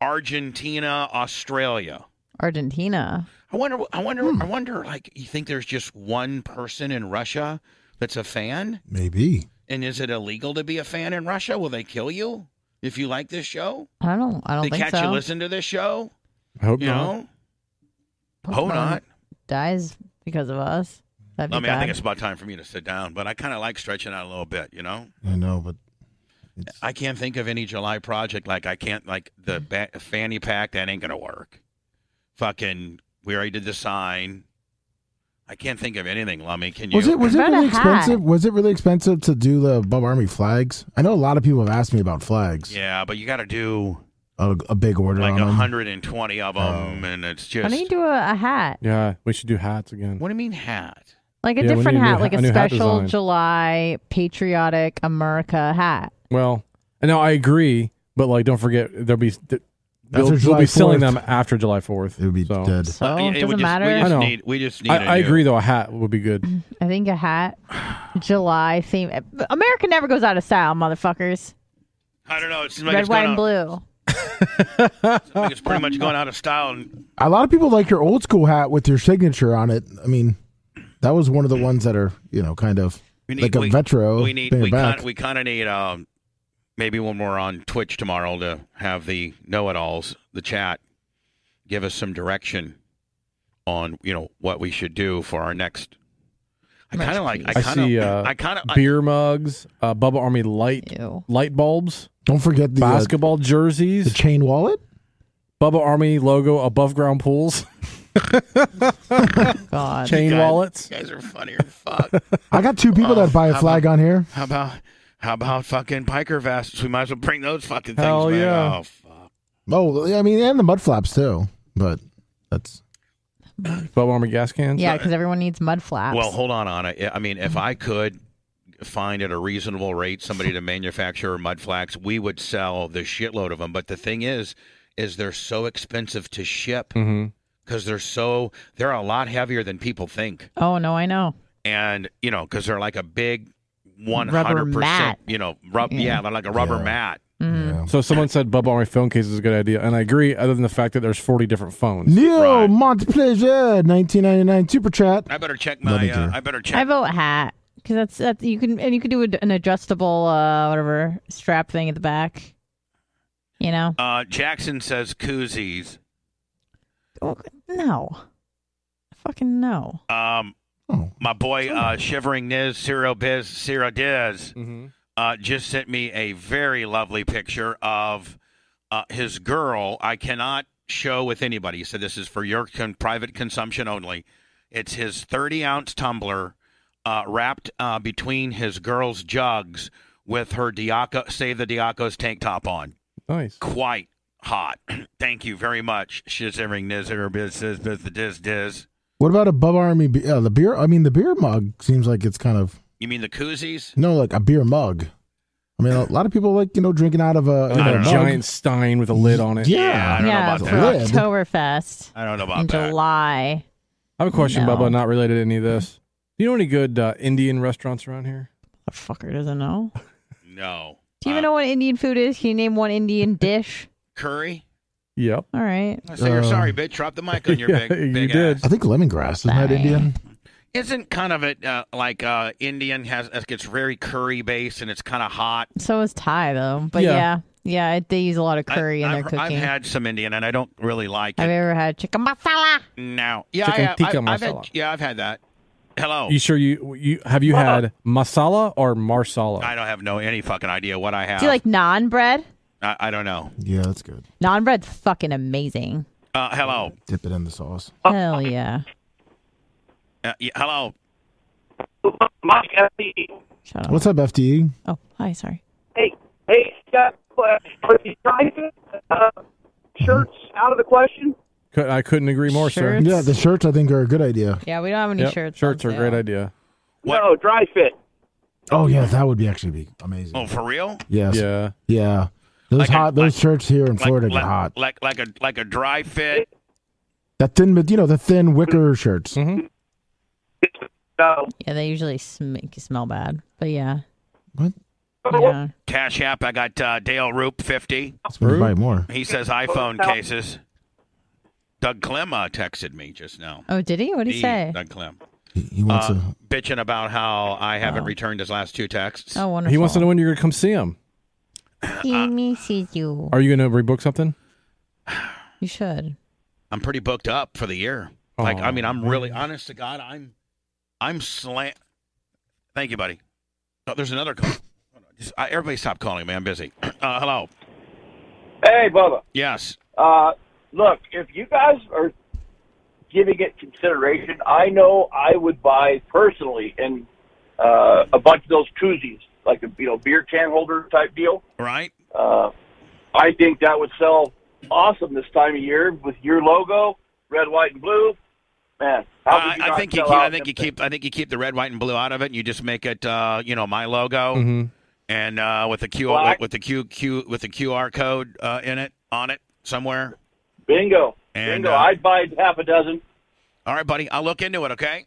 Speaker 1: Argentina, Australia.
Speaker 2: Argentina.
Speaker 1: I wonder. I wonder. I wonder. Like, you think there's just one person in Russia that's a fan,
Speaker 5: Maybe.
Speaker 1: and is it illegal to be a fan in Russia? Will they kill you if you like this show?
Speaker 2: I don't. I don't
Speaker 1: they
Speaker 2: think
Speaker 1: catch
Speaker 2: so.
Speaker 1: you listen to this show.
Speaker 3: now. I hope
Speaker 1: You
Speaker 3: not.
Speaker 1: know, hope Oh, not.
Speaker 2: dies because of us. That'd be
Speaker 1: I mean, I think
Speaker 2: bad.
Speaker 1: it's about time for me to sit down, but I kind of like stretching out a little bit, you know?
Speaker 5: I know, but it's,
Speaker 1: I can't think of any July project. Like, I can't, like, the
Speaker 2: Mm.
Speaker 1: ba- fanny pack, that ain't going to work. Fucking, we already did the sign. I can't think of anything, Lummy. Can you?
Speaker 5: was it was it
Speaker 2: What about
Speaker 5: really
Speaker 2: a hat?
Speaker 5: expensive? Was it really expensive to do the Bob Army flags? I know a lot of people have asked me about flags.
Speaker 1: yeah, but you got to do
Speaker 5: A, a big order
Speaker 1: like
Speaker 5: on 'em.
Speaker 1: 120 of them,
Speaker 5: Oh.
Speaker 1: and it's just.
Speaker 2: Why don't you do a, a hat?
Speaker 3: Yeah, we should do hats again.
Speaker 1: What do you mean hat?
Speaker 2: Like a
Speaker 3: Yeah, we
Speaker 2: different
Speaker 3: need a new
Speaker 2: hat,
Speaker 3: ha-
Speaker 2: like
Speaker 3: a
Speaker 2: a
Speaker 3: new hat
Speaker 2: special
Speaker 3: design.
Speaker 2: July patriotic America hat.
Speaker 3: Well, and now I agree, but like, don't forget there'll be th-
Speaker 5: After
Speaker 3: they'll, they'll
Speaker 5: July
Speaker 3: be selling
Speaker 5: 4th.
Speaker 3: them after July Fourth.
Speaker 5: It would be
Speaker 3: so.
Speaker 5: dead.
Speaker 2: So
Speaker 1: Uh,
Speaker 2: it
Speaker 1: we
Speaker 2: doesn't
Speaker 1: just-
Speaker 2: matter.
Speaker 1: We
Speaker 2: I,
Speaker 1: just,
Speaker 3: I know.
Speaker 1: need, we just need.
Speaker 3: I,
Speaker 1: a
Speaker 3: I
Speaker 1: new-
Speaker 3: agree, though a hat would be good.
Speaker 2: think a hat, July theme. eh, America never goes out of style, motherfuckers.
Speaker 1: I don't know. It seems like
Speaker 2: Red,
Speaker 1: it's going
Speaker 2: white, and
Speaker 1: out-
Speaker 2: blue.
Speaker 1: I think it's pretty much going out of style. And,
Speaker 5: A lot of people like your old school hat with your signature on it. I mean, that was one of the ones that are you know kind of
Speaker 1: we need,
Speaker 5: like a
Speaker 1: we-
Speaker 5: vetro.
Speaker 1: we need
Speaker 5: bring it
Speaker 1: we
Speaker 5: back.
Speaker 1: kind we kind of need um maybe when we're on Twitch tomorrow to have the know-it-alls the chat give us some direction on you know what we should do for our next. I
Speaker 2: Next
Speaker 1: kind of like I
Speaker 3: piece. I
Speaker 1: kind
Speaker 3: see,
Speaker 1: of
Speaker 3: uh,
Speaker 1: I kind of
Speaker 3: Beer mugs, uh, Bubba Army light
Speaker 2: Ew.
Speaker 3: light bulbs,
Speaker 5: Don't forget the uh,
Speaker 3: basketball
Speaker 5: the
Speaker 3: jerseys,
Speaker 5: chain wallet.
Speaker 3: Bubba Army logo above ground pools,
Speaker 2: God.
Speaker 3: chain
Speaker 1: God.
Speaker 3: wallets.
Speaker 1: you guys are funny as fuck.
Speaker 5: I got two people
Speaker 1: Oh,
Speaker 5: that buy a
Speaker 1: how
Speaker 5: flag on here.
Speaker 1: How about how about fucking piker vests? We might as well bring those fucking things
Speaker 3: Hell
Speaker 1: back.
Speaker 3: yeah.
Speaker 1: Oh fuck.
Speaker 5: Oh, I mean, and the mud flaps too. But that's
Speaker 3: Bubba Army gas cans.
Speaker 2: Yeah, because everyone needs mud flaps.
Speaker 1: Well, hold on, Anna. I- I mean, if I could find at a reasonable rate somebody to manufacture mud flax, we would sell the shitload of them. But the thing is, is they're so expensive to ship
Speaker 3: hmm
Speaker 1: because they're so they're a lot heavier than people think,
Speaker 2: oh no, I know.
Speaker 1: and you know because they're like a big one
Speaker 2: Rubber
Speaker 1: hundred
Speaker 2: mat.
Speaker 1: percent, you know, rub yeah.
Speaker 2: Yeah.
Speaker 1: they're like a rubber
Speaker 5: Yeah.
Speaker 1: mat.
Speaker 2: Mm.
Speaker 5: yeah.
Speaker 3: So someone said Bubba Army phone case is a good idea, and I agree. Other than the fact that there's 40 different phones.
Speaker 5: Neo
Speaker 1: Right.
Speaker 5: Montplaisir, nineteen ninety nine super chat.
Speaker 1: I better check
Speaker 5: Love
Speaker 1: my.
Speaker 5: it,
Speaker 1: Uh,
Speaker 5: dear.
Speaker 1: I better check.
Speaker 2: I vote hat because that's that's you can and you can do ad- an adjustable uh whatever strap thing at the back. You know,
Speaker 1: Uh, Jackson says koozies.
Speaker 2: Oh, no, fucking no.
Speaker 1: Um,
Speaker 5: Oh,
Speaker 1: my boy, uh, Shivering Niz, Ciro Biz, Ciro Diz,
Speaker 3: Mm-hmm.
Speaker 1: uh, just sent me a very lovely picture of uh, his girl. I cannot show with anybody. He said this is for your con- private consumption only. It's his 30 ounce tumbler uh, wrapped uh, between his girl's jugs with her Diaco, Save the Diacos tank top on.
Speaker 3: Nice.
Speaker 1: Quite hot. Thank you very much, Shivering Niz, Ciro Biz, Biz, Biz, Diz, Diz.
Speaker 5: what about a Bub Army? Be- uh, the beer. I mean, the beer mug seems like it's kind of
Speaker 1: You mean the koozies?
Speaker 5: no, like a beer mug. I mean, a lot of people like you know drinking out of a,
Speaker 1: I
Speaker 5: out
Speaker 3: a
Speaker 1: don't
Speaker 5: of a
Speaker 1: know.
Speaker 3: giant stein with a lid on it.
Speaker 5: Yeah.
Speaker 1: I don't know
Speaker 2: yeah,
Speaker 1: about
Speaker 2: for
Speaker 1: that.
Speaker 5: Lid.
Speaker 2: Oktoberfest
Speaker 1: I don't know about
Speaker 2: in
Speaker 1: that.
Speaker 2: July.
Speaker 3: I have a question,
Speaker 2: No.
Speaker 3: Bubba, not related to any of this. Do you know any good uh, Indian restaurants around here?
Speaker 2: The fucker doesn't know.
Speaker 1: No.
Speaker 2: Do you
Speaker 1: Uh,
Speaker 2: even know what Indian food is? Can you name one Indian dish?
Speaker 1: curry?
Speaker 3: Yep.
Speaker 2: All right.
Speaker 1: I say you're
Speaker 5: Uh,
Speaker 1: sorry, bitch. Drop the mic on your
Speaker 3: Um, yeah,
Speaker 1: big,
Speaker 3: you
Speaker 1: big
Speaker 3: did.
Speaker 5: I
Speaker 1: ass.
Speaker 5: think lemongrass isn't that
Speaker 2: Bang.
Speaker 5: Indian?
Speaker 1: Isn't kind of it uh, like uh, Indian has it gets very curry based and it's kind of hot.
Speaker 2: So is Thai though, but
Speaker 3: Yeah.
Speaker 2: yeah, yeah, it- they use a lot of curry
Speaker 1: I,
Speaker 2: in their
Speaker 1: I've,
Speaker 2: cooking.
Speaker 1: I've had some Indian and I don't really like
Speaker 2: Have
Speaker 1: it
Speaker 2: you ever had chicken masala?
Speaker 1: now. Yeah,
Speaker 3: Chicken
Speaker 1: I, have-
Speaker 3: tikka
Speaker 1: I, have had,
Speaker 3: masala.
Speaker 1: yeah, I've had that. Hello.
Speaker 3: You sure you you have you had masala or marsala?
Speaker 1: I don't have no any fucking idea what I have.
Speaker 2: Do you like naan bread?
Speaker 1: I, I don't know.
Speaker 5: Yeah, that's good.
Speaker 2: Naan bread's fucking amazing.
Speaker 1: Uh, hello.
Speaker 5: Dip it in the sauce.
Speaker 1: Oh.
Speaker 2: Hell yeah.
Speaker 1: Uh, yeah, hello.
Speaker 6: Mike, hey,
Speaker 2: Shut up.
Speaker 5: What's up, E? FDE?
Speaker 2: Oh, hi, sorry.
Speaker 6: hey, Scott, uh, are you trying to uh, shirts out of the question?
Speaker 3: Could, I couldn't agree more, sir.
Speaker 2: Shirts?
Speaker 5: Yeah, the shirts I think are a good idea.
Speaker 2: Yeah, we don't have any
Speaker 3: Yep.
Speaker 2: shirts.
Speaker 3: shirts
Speaker 2: on
Speaker 3: are a great
Speaker 2: sale.
Speaker 3: idea.
Speaker 1: What?
Speaker 6: No, dry fit.
Speaker 5: Oh yeah, that would be actually be amazing.
Speaker 1: Oh, for real?
Speaker 5: yes. Yeah.
Speaker 3: Yeah.
Speaker 5: Those
Speaker 1: Like a-
Speaker 5: hot those shirts here in Florida
Speaker 1: like,
Speaker 5: get hot.
Speaker 1: like like a like a dry fit.
Speaker 5: That thin, but you know the thin wicker shirts.
Speaker 6: No.
Speaker 2: Yeah, they usually sm- make you smell bad. But yeah.
Speaker 5: What?
Speaker 1: Oh.
Speaker 2: Yeah.
Speaker 1: Cash app. I got uh, Dale Roop fifty.
Speaker 5: That's what buy more.
Speaker 1: He says iPhone cases. Doug Clem uh, texted me just now.
Speaker 2: Oh, did he? What did he
Speaker 1: The
Speaker 2: say?
Speaker 1: Doug Clem.
Speaker 5: He, he wants
Speaker 1: Uh,
Speaker 5: a
Speaker 1: bitching about how I haven't
Speaker 2: Oh.
Speaker 1: returned his last two texts.
Speaker 2: Oh, wonderful.
Speaker 3: He wants to know when you're gonna come see him.
Speaker 2: He misses you.
Speaker 3: Are you gonna rebook something?
Speaker 2: You should.
Speaker 1: I'm pretty booked up for the year. Like,
Speaker 3: Oh,
Speaker 1: I mean, I'm really honest to God. I'm, I'm slant. Thank you, buddy. Oh, there's another call. Hold on. Just- I- everybody, stop calling me. I'm busy. Uh, hello.
Speaker 6: Hey, Bubba.
Speaker 1: Yes.
Speaker 6: Uh, look, if you guys are giving it consideration, I know I would buy personally and uh, a bunch of those koozies, like a you know beer can holder type deal.
Speaker 1: Right.
Speaker 6: Uh, I think that would sell awesome this time of year with your logo, red, white, and blue. Man, how could
Speaker 1: I,
Speaker 6: you
Speaker 1: I
Speaker 6: not
Speaker 1: think you
Speaker 6: sell
Speaker 1: keep.
Speaker 6: out
Speaker 1: I think
Speaker 6: them
Speaker 1: you
Speaker 6: things?
Speaker 1: keep. I think you keep the red, white, and blue out of it. And you just make it. Uh, you know, my logo.
Speaker 3: Mm-hmm.
Speaker 1: and uh, with the Q
Speaker 6: Black.
Speaker 1: with the QQ with the QR code uh, in it on it somewhere.
Speaker 6: Bingo.
Speaker 1: And,
Speaker 6: Bingo.
Speaker 1: uh,
Speaker 6: I'd buy half a dozen.
Speaker 1: All right, buddy, I'll look into it. Okay.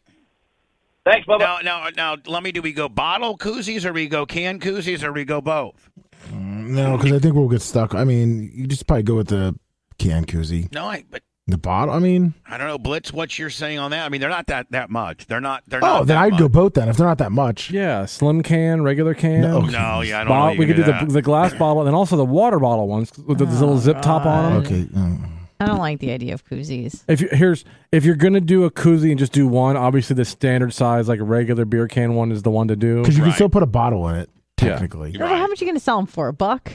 Speaker 6: Thanks, Bubba.
Speaker 1: Now, now, now, let me. Do we go bottle koozies or we go can koozies or we go both?
Speaker 5: no because I think we'll get stuck. I mean, you just probably go with the can koozie,
Speaker 1: No, I. But
Speaker 5: the bottle. I mean,
Speaker 1: I don't know, Blitz. What you're saying on that? I mean, they're not that that much. They're not. They're not.
Speaker 5: oh, then
Speaker 1: that
Speaker 5: I'd go
Speaker 1: much.
Speaker 5: both. Then if they're not that much,
Speaker 3: Yeah. Slim can, regular can.
Speaker 5: No.
Speaker 1: No, yeah, I don't know.
Speaker 3: Bottle-
Speaker 1: you
Speaker 3: we could do,
Speaker 1: that.
Speaker 3: the, the glass bottle and then also the water bottle ones with the, this little zip top on them.
Speaker 5: okay. mm.
Speaker 2: I don't like the idea of koozies.
Speaker 3: If you, here's if you're gonna do a koozie and just do one, obviously the standard size like a regular beer can one is the one to do.
Speaker 5: Because you
Speaker 1: Right.
Speaker 5: can still put a bottle in it,
Speaker 3: Yeah.
Speaker 5: technically.
Speaker 1: You're
Speaker 2: Yeah, but
Speaker 1: right.
Speaker 2: How much are you going to sell them for? A buck?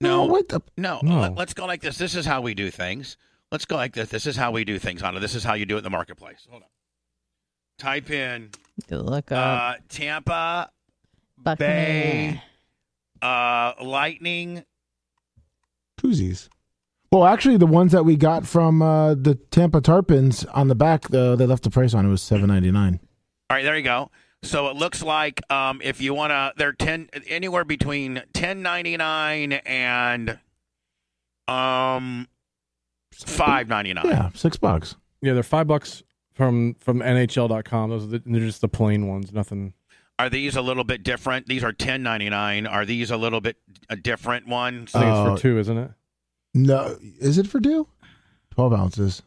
Speaker 1: No,
Speaker 5: what the?
Speaker 1: No,
Speaker 3: No.
Speaker 1: Let, us go like this. This is how we do things. Let's go like this. This is how we do things, Honda. This is how you do it in the marketplace. Hold on. Type in
Speaker 2: Good look up.
Speaker 1: uh, Tampa
Speaker 2: Buck
Speaker 1: Bay uh, Lightning.
Speaker 5: koozies. Well, actually, the ones that we got from uh, the Tampa Tarpons on the back, uh, they left the price on it was seven ninety nine.
Speaker 1: All right, there you go. So it looks like um, if you want to, they're ten anywhere between ten ninety nine and um five ninety nine.
Speaker 5: Yeah, six bucks.
Speaker 3: Yeah, they're five bucks from from NHL.com. Those are the, they're just the plain ones, nothing.
Speaker 1: Are these a little bit different? These are ten ninety nine. Are these a little bit a different ones?
Speaker 3: I think
Speaker 5: Uh,
Speaker 3: it's for two, isn't it?
Speaker 5: No, is it for due? Twelve ounces.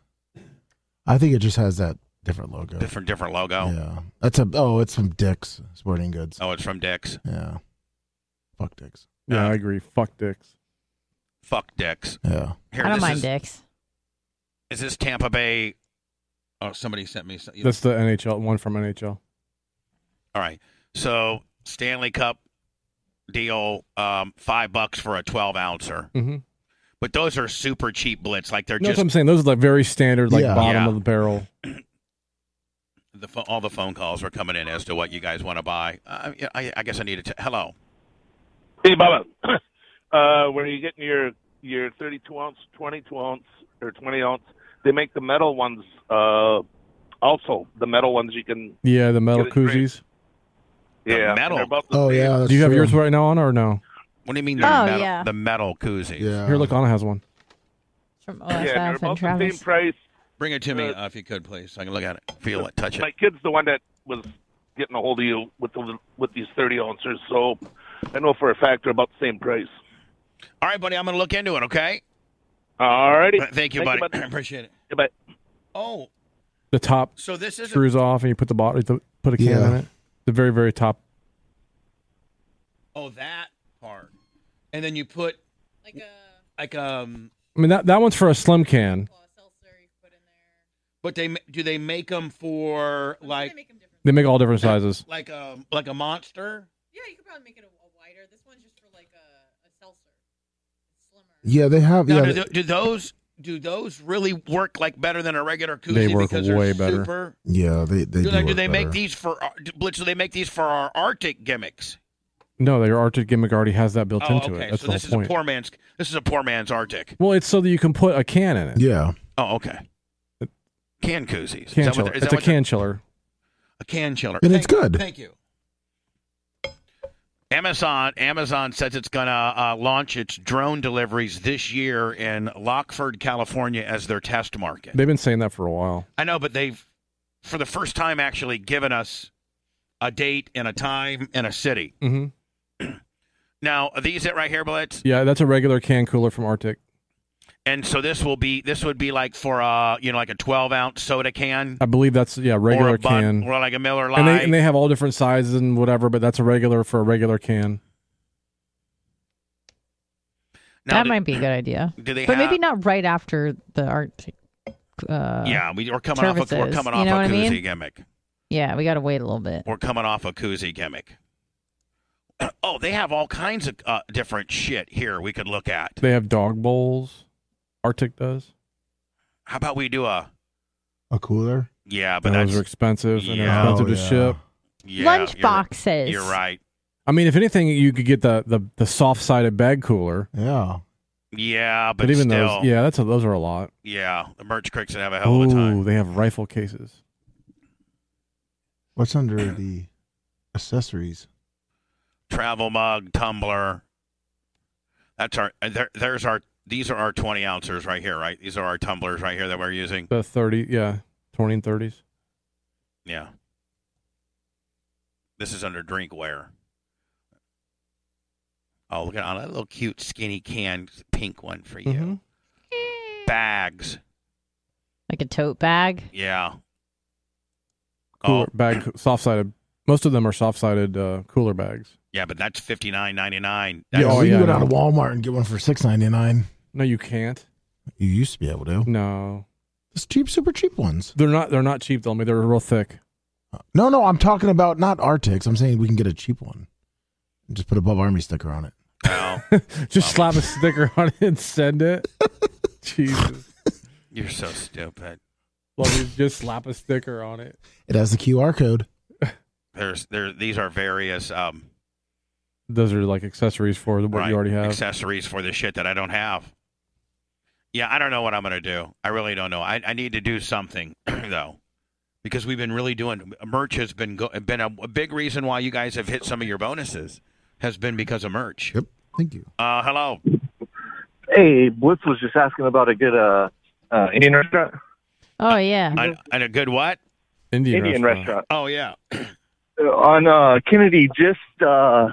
Speaker 5: I think it just has that different logo.
Speaker 1: Different different logo.
Speaker 5: Uh, Yeah, that's a. Oh, it's from Dick's Sporting Goods.
Speaker 1: Oh, it's from Dix.
Speaker 5: Yeah, fuck Dick's.
Speaker 3: Yeah,
Speaker 1: Uh,
Speaker 3: I agree. Fuck dicks.
Speaker 1: Fuck Dix.
Speaker 5: Yeah,
Speaker 1: Here,
Speaker 2: I don't
Speaker 1: this
Speaker 2: mind
Speaker 1: is,
Speaker 2: dicks.
Speaker 1: Is this Tampa Bay? Oh, somebody sent me. Some,
Speaker 3: That's the NHL one from NHL.
Speaker 1: All right. So Stanley Cup deal, um, five bucks for a twelve ouncer.
Speaker 3: Mm-hmm.
Speaker 1: But those are super cheap blitz. Like they're
Speaker 3: No, that's
Speaker 1: just
Speaker 3: what I'm saying. Those are like very standard, like
Speaker 5: Yeah.
Speaker 3: bottom
Speaker 1: Yeah.
Speaker 3: of the barrel.
Speaker 1: the pho- all the phone calls were coming in as to what you guys want to buy. Uh, I, I guess I need to. T- Hello.
Speaker 6: Hey, Bubba. Uh, when you're getting your your 32 ounce, 22 ounce, or 20 ounce, they make the metal ones. Uh, also, the metal ones you can.
Speaker 3: Yeah, the metal
Speaker 6: Get it great.
Speaker 3: koozies.
Speaker 1: The
Speaker 6: Yeah,
Speaker 1: metal.
Speaker 6: they're about the
Speaker 5: Oh
Speaker 6: same.
Speaker 5: yeah. that's
Speaker 3: Do you have
Speaker 5: true.
Speaker 3: yours right now on or no?
Speaker 1: What do you mean the
Speaker 2: Oh,
Speaker 1: metal?
Speaker 2: yeah.
Speaker 1: The metal koozie.
Speaker 5: Yeah.
Speaker 3: Here, look, Anna has one.
Speaker 2: It's From
Speaker 6: Yeah,
Speaker 2: OSF
Speaker 6: they're
Speaker 2: and
Speaker 6: about the same
Speaker 2: Travis.
Speaker 6: price.
Speaker 1: Bring it to me
Speaker 6: Uh,
Speaker 1: uh, if you could, please. So I can look at it, feel it, touch it.
Speaker 6: My kid's the one that was getting a hold of you with the, with these 30 ounces, so I know for a fact they're about the same price.
Speaker 1: All right, buddy. I'm gonna look into it. Okay.
Speaker 6: All righty.
Speaker 1: Uh, Thank you, buddy. Appreciate it.
Speaker 6: Bye.
Speaker 1: Oh,
Speaker 3: The top
Speaker 1: so this is.
Speaker 3: screws off, and you put the bottom, you put a can
Speaker 5: Yeah.
Speaker 3: in it. The very, very top.
Speaker 1: Oh, that part. And then you put
Speaker 2: Like a
Speaker 1: like um.
Speaker 3: I mean, that that one's for a slim can.
Speaker 2: seltzer you put in there.
Speaker 1: But they ma- do they make them for like
Speaker 2: make them different.
Speaker 3: They make all different sizes.
Speaker 1: like a like a monster?
Speaker 2: Yeah, you could probably make it a, a wider. This one's just for like a, a seltzer. It's slimmer.
Speaker 5: Yeah, they have.
Speaker 1: Now,
Speaker 5: Yeah,
Speaker 1: do,
Speaker 5: they-
Speaker 1: tho- do those do those really work like better than a regular koozie?
Speaker 3: They work
Speaker 1: because they're
Speaker 3: way better.
Speaker 1: Super,
Speaker 5: yeah. They
Speaker 1: do,
Speaker 5: they do.
Speaker 1: like, do
Speaker 5: work
Speaker 1: they
Speaker 5: better.
Speaker 1: make these for our- do- Blitz? Do they make these for our Arctic gimmicks?
Speaker 3: No, their Arctic gimmick already has that built
Speaker 1: Oh,
Speaker 3: into
Speaker 1: okay.
Speaker 3: it. That's
Speaker 1: so
Speaker 3: the
Speaker 1: this
Speaker 3: whole
Speaker 1: is
Speaker 3: point.
Speaker 1: a poor man's. This is a poor man's Arctic.
Speaker 3: well, it's so that you can put a can in it.
Speaker 5: Yeah.
Speaker 1: Oh, okay. Can koozies.
Speaker 3: Can
Speaker 1: is that what
Speaker 3: chiller.
Speaker 1: they're- is
Speaker 3: It's
Speaker 1: that
Speaker 3: a
Speaker 1: what they're-
Speaker 3: can chiller.
Speaker 1: a can chiller.
Speaker 5: And it's good.
Speaker 1: Thank you. Amazon Amazon says it's going to uh, launch its drone deliveries this year in Lockford, California, as their test market.
Speaker 3: They've been saying that for a while.
Speaker 1: I know, but they've for the first time actually given us a date and a time and a city.
Speaker 3: Mm-hmm.
Speaker 1: Now are these it right here, Blitz,
Speaker 3: Yeah, that's a regular can cooler from Arctic.
Speaker 1: and so this will be this would be like for uh you know like a twelve ounce soda can
Speaker 3: I believe that's yeah regular
Speaker 1: or a bun,
Speaker 3: can.
Speaker 1: or like a Miller Lite.
Speaker 3: And they, and they have all different sizes and whatever, but that's a regular for a regular can.
Speaker 1: Now,
Speaker 2: that
Speaker 1: do-
Speaker 2: might be a good idea,
Speaker 1: do they
Speaker 2: but
Speaker 1: have,
Speaker 2: maybe not right after the Arctic. Uh,
Speaker 1: Yeah, we, we're coming off a, we're
Speaker 2: services.
Speaker 1: coming
Speaker 2: You
Speaker 1: off
Speaker 2: know
Speaker 1: a
Speaker 2: what I
Speaker 1: koozie
Speaker 2: mean?
Speaker 1: gimmick.
Speaker 2: yeah, we got to wait a little bit.
Speaker 1: We're coming off a koozie gimmick. Oh, they have all kinds of uh, different shit here we could look at.
Speaker 3: They have dog bowls. Arctic does.
Speaker 1: How about we do a
Speaker 5: A cooler.
Speaker 1: yeah, but
Speaker 3: those
Speaker 1: that's
Speaker 3: are expensive and
Speaker 1: Yeah.
Speaker 3: they're expensive to
Speaker 5: Oh, yeah.
Speaker 3: ship.
Speaker 1: yeah,
Speaker 2: Lunch
Speaker 1: you're-
Speaker 2: boxes.
Speaker 1: You're right.
Speaker 3: I mean, if anything, you could get the the, the soft sided bag cooler.
Speaker 5: Yeah.
Speaker 1: Yeah, but,
Speaker 3: But, even
Speaker 1: still,
Speaker 3: those,
Speaker 1: yeah.
Speaker 3: yeah, that's a, those are a lot.
Speaker 1: the merch cricks that have a hell of a
Speaker 3: Oh,
Speaker 1: time.
Speaker 3: they have rifle cases.
Speaker 5: What's under the accessories?
Speaker 1: Travel mug, tumbler. That's our. and There, there's our. These are our 20 ouncers right here, right? These are our tumblers right here that we're using.
Speaker 3: The thirty, yeah, twenty and thirties.
Speaker 1: Yeah. This is under drinkware. Oh, look at all that little cute skinny can pink one for you.
Speaker 3: Mhm.
Speaker 1: Bags.
Speaker 2: Like a tote bag.
Speaker 1: Yeah.
Speaker 3: Cooler
Speaker 1: Oh,
Speaker 3: bag, soft sided. Most of them are soft sided uh, cooler bags.
Speaker 1: yeah, but that's fifty nine ninety nine.
Speaker 5: Yeah,
Speaker 3: oh,
Speaker 5: so you
Speaker 3: yeah,
Speaker 5: can go
Speaker 3: I know.
Speaker 5: down to Walmart and get one for six ninety nine.
Speaker 3: No, you can't.
Speaker 5: You used to be able to.
Speaker 3: No,
Speaker 5: It's cheap, super cheap ones.
Speaker 3: they're not. They're not cheap though. I mean, they're real thick.
Speaker 5: No, no, I'm talking about not Arctics. I'm saying we can get a cheap one. Just put a Bub Army sticker on it.
Speaker 3: Just slap a sticker on it and send it. Jesus,
Speaker 1: you're so stupid.
Speaker 3: love you. Just slap a sticker on it.
Speaker 5: It has the QR code.
Speaker 1: There's there these are various um
Speaker 3: Those are like accessories for what
Speaker 1: right,
Speaker 3: you already have.
Speaker 1: accessories for the shit that I don't have. Yeah, I don't know what I'm gonna do. I really don't know. I, I need to do something though, because we've been really doing merch has been go, been a, a big reason why you guys have hit some of your bonuses has been because of merch.
Speaker 5: Yep. Thank you.
Speaker 1: Uh, hello.
Speaker 6: Hey, Blitz was just asking about a good uh, uh, Indian restaurant.
Speaker 2: Oh yeah,
Speaker 1: And, and a good what?
Speaker 3: Indian,
Speaker 6: Indian restaurant
Speaker 1: Oh yeah.
Speaker 6: Uh, on uh, Kennedy, just uh,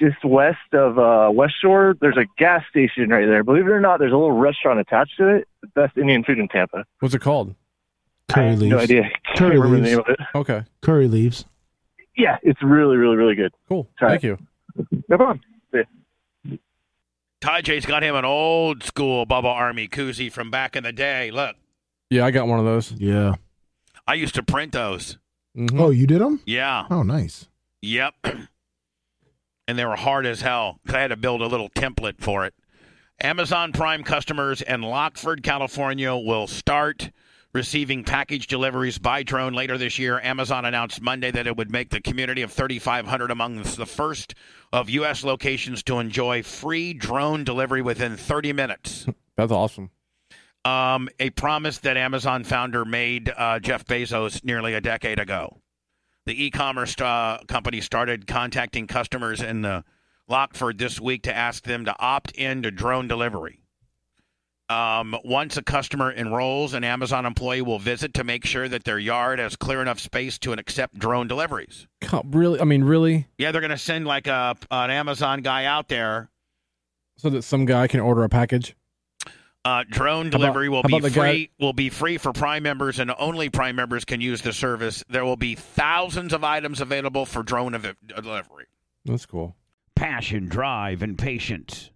Speaker 6: just west of uh, West Shore. There's a gas station right there. Believe it or not, there's a little restaurant attached to it. Best Indian food in Tampa.
Speaker 3: What's it called?
Speaker 5: Curry leaves.
Speaker 7: No idea. Can't
Speaker 5: Curry
Speaker 7: remember
Speaker 5: leaves.
Speaker 7: the name of it.
Speaker 3: Okay.
Speaker 5: Curry leaves.
Speaker 7: Yeah, it's really, really, really good.
Speaker 3: Cool.
Speaker 7: Sorry.
Speaker 3: Thank you.
Speaker 7: No problem.
Speaker 8: Tajay's got him an old school Bubba Army koozie from back in the day. Look,
Speaker 3: Yeah, I got one of those.
Speaker 5: Yeah.
Speaker 8: I used to print those.
Speaker 3: Mhm.
Speaker 5: Oh, you did them?
Speaker 8: Yeah.
Speaker 5: Oh, nice.
Speaker 8: Yep. And they were hard as hell 'cause I had to build a little template for it. Amazon Prime customers in Lockford, California will start receiving package deliveries by drone later this year. Amazon announced Monday that it would make the community of 3,500 among the first of U.S. locations to enjoy free drone delivery within 30 minutes.
Speaker 3: That's awesome.
Speaker 8: um, a promise that Amazon founder made uh, Jeff Bezos nearly a decade ago. The e-commerce uh, company started contacting customers in the Lockford this week to ask them to opt in to drone delivery. Um, once a customer enrolls, an Amazon employee will visit to make sure that their yard has clear enough space to accept drone deliveries.
Speaker 3: God, really? I mean, really?
Speaker 8: Yeah, they're going to send like a an Amazon guy out there.
Speaker 3: So that some guy can order a package?
Speaker 8: Uh, drone
Speaker 3: about-
Speaker 8: delivery
Speaker 3: how
Speaker 8: will
Speaker 3: about
Speaker 8: be
Speaker 3: the guy-
Speaker 8: free. Will be free for Prime members, and only Prime members can use the service. There will be thousands of items available for drone ev- delivery.
Speaker 3: That's cool.
Speaker 1: Passion, drive, and patience.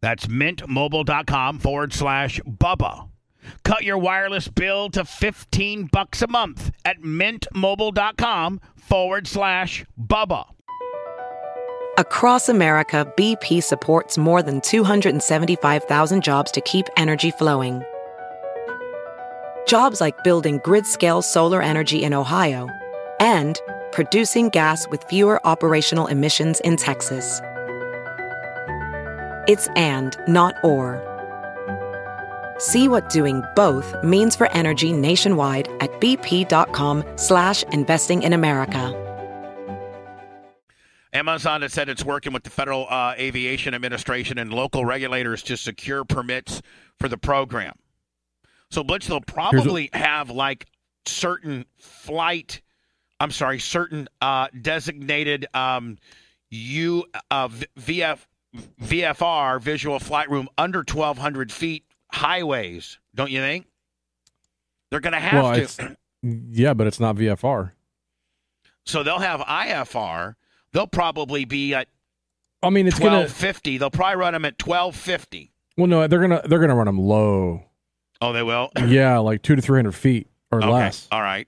Speaker 1: That's mintmobile.com forward slash Bubba. Cut your wireless bill to 15 bucks a month at mintmobile.com forward slash Bubba.
Speaker 9: Across America, BP supports more than 275,000 jobs to keep energy flowing. Jobs like building grid scale solar energy in Ohio and producing gas with fewer operational emissions in Texas. It's and, not or. See what doing both means for energy nationwide at bp.com slash investing in America.
Speaker 8: Amazon has said it's working with the Federal uh, Aviation Administration and local regulators to secure permits for the program. So, Blitz, they'll probably have like certain flight, I'm sorry, certain uh, designated um, U uh, v- VF, VFR visual flight room under 1,200 feet highways, don't you think? They're going to have
Speaker 3: Well,
Speaker 8: to.
Speaker 3: it's yeah, but it's not VFR.
Speaker 8: So they'll have IFR. They'll probably be at
Speaker 3: I mean, it's gonna.
Speaker 8: twelve fifty. They'll probably run them at twelve fifty.
Speaker 3: Well, no, they're gonna they're gonna run them low.
Speaker 8: Oh, they will.
Speaker 3: Yeah, like two to three hundred feet or
Speaker 8: okay.
Speaker 3: less.
Speaker 8: All right.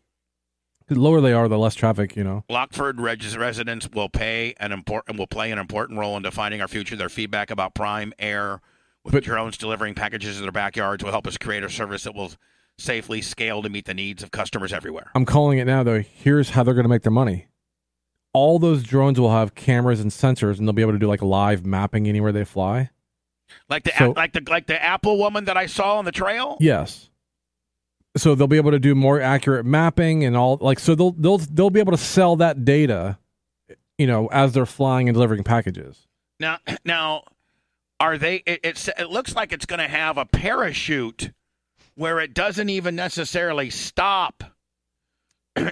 Speaker 3: The lower they are, the less traffic, you know.
Speaker 1: Lockford res- residents will pay an important will play an important role in defining our future. Their feedback about Prime Air with
Speaker 3: But-
Speaker 1: drones delivering packages to their backyards will help us create a service that will safely scale to meet the needs of customers everywhere.
Speaker 3: I'm calling it now, though. Here's how they're going to make their money. All those drones will have cameras and sensors, and they'll be able to do like live mapping anywhere they fly.
Speaker 1: Like the
Speaker 3: So-
Speaker 1: app like the like the Apple woman that I saw on the trail.
Speaker 3: Yes. So they'll be able to do more accurate mapping and all like so they'll they'll they'll be able to sell that data, you know, as they're flying and delivering packages.
Speaker 1: Now, now, are they? It, it's, it looks like it's going to have a parachute where it doesn't even necessarily stop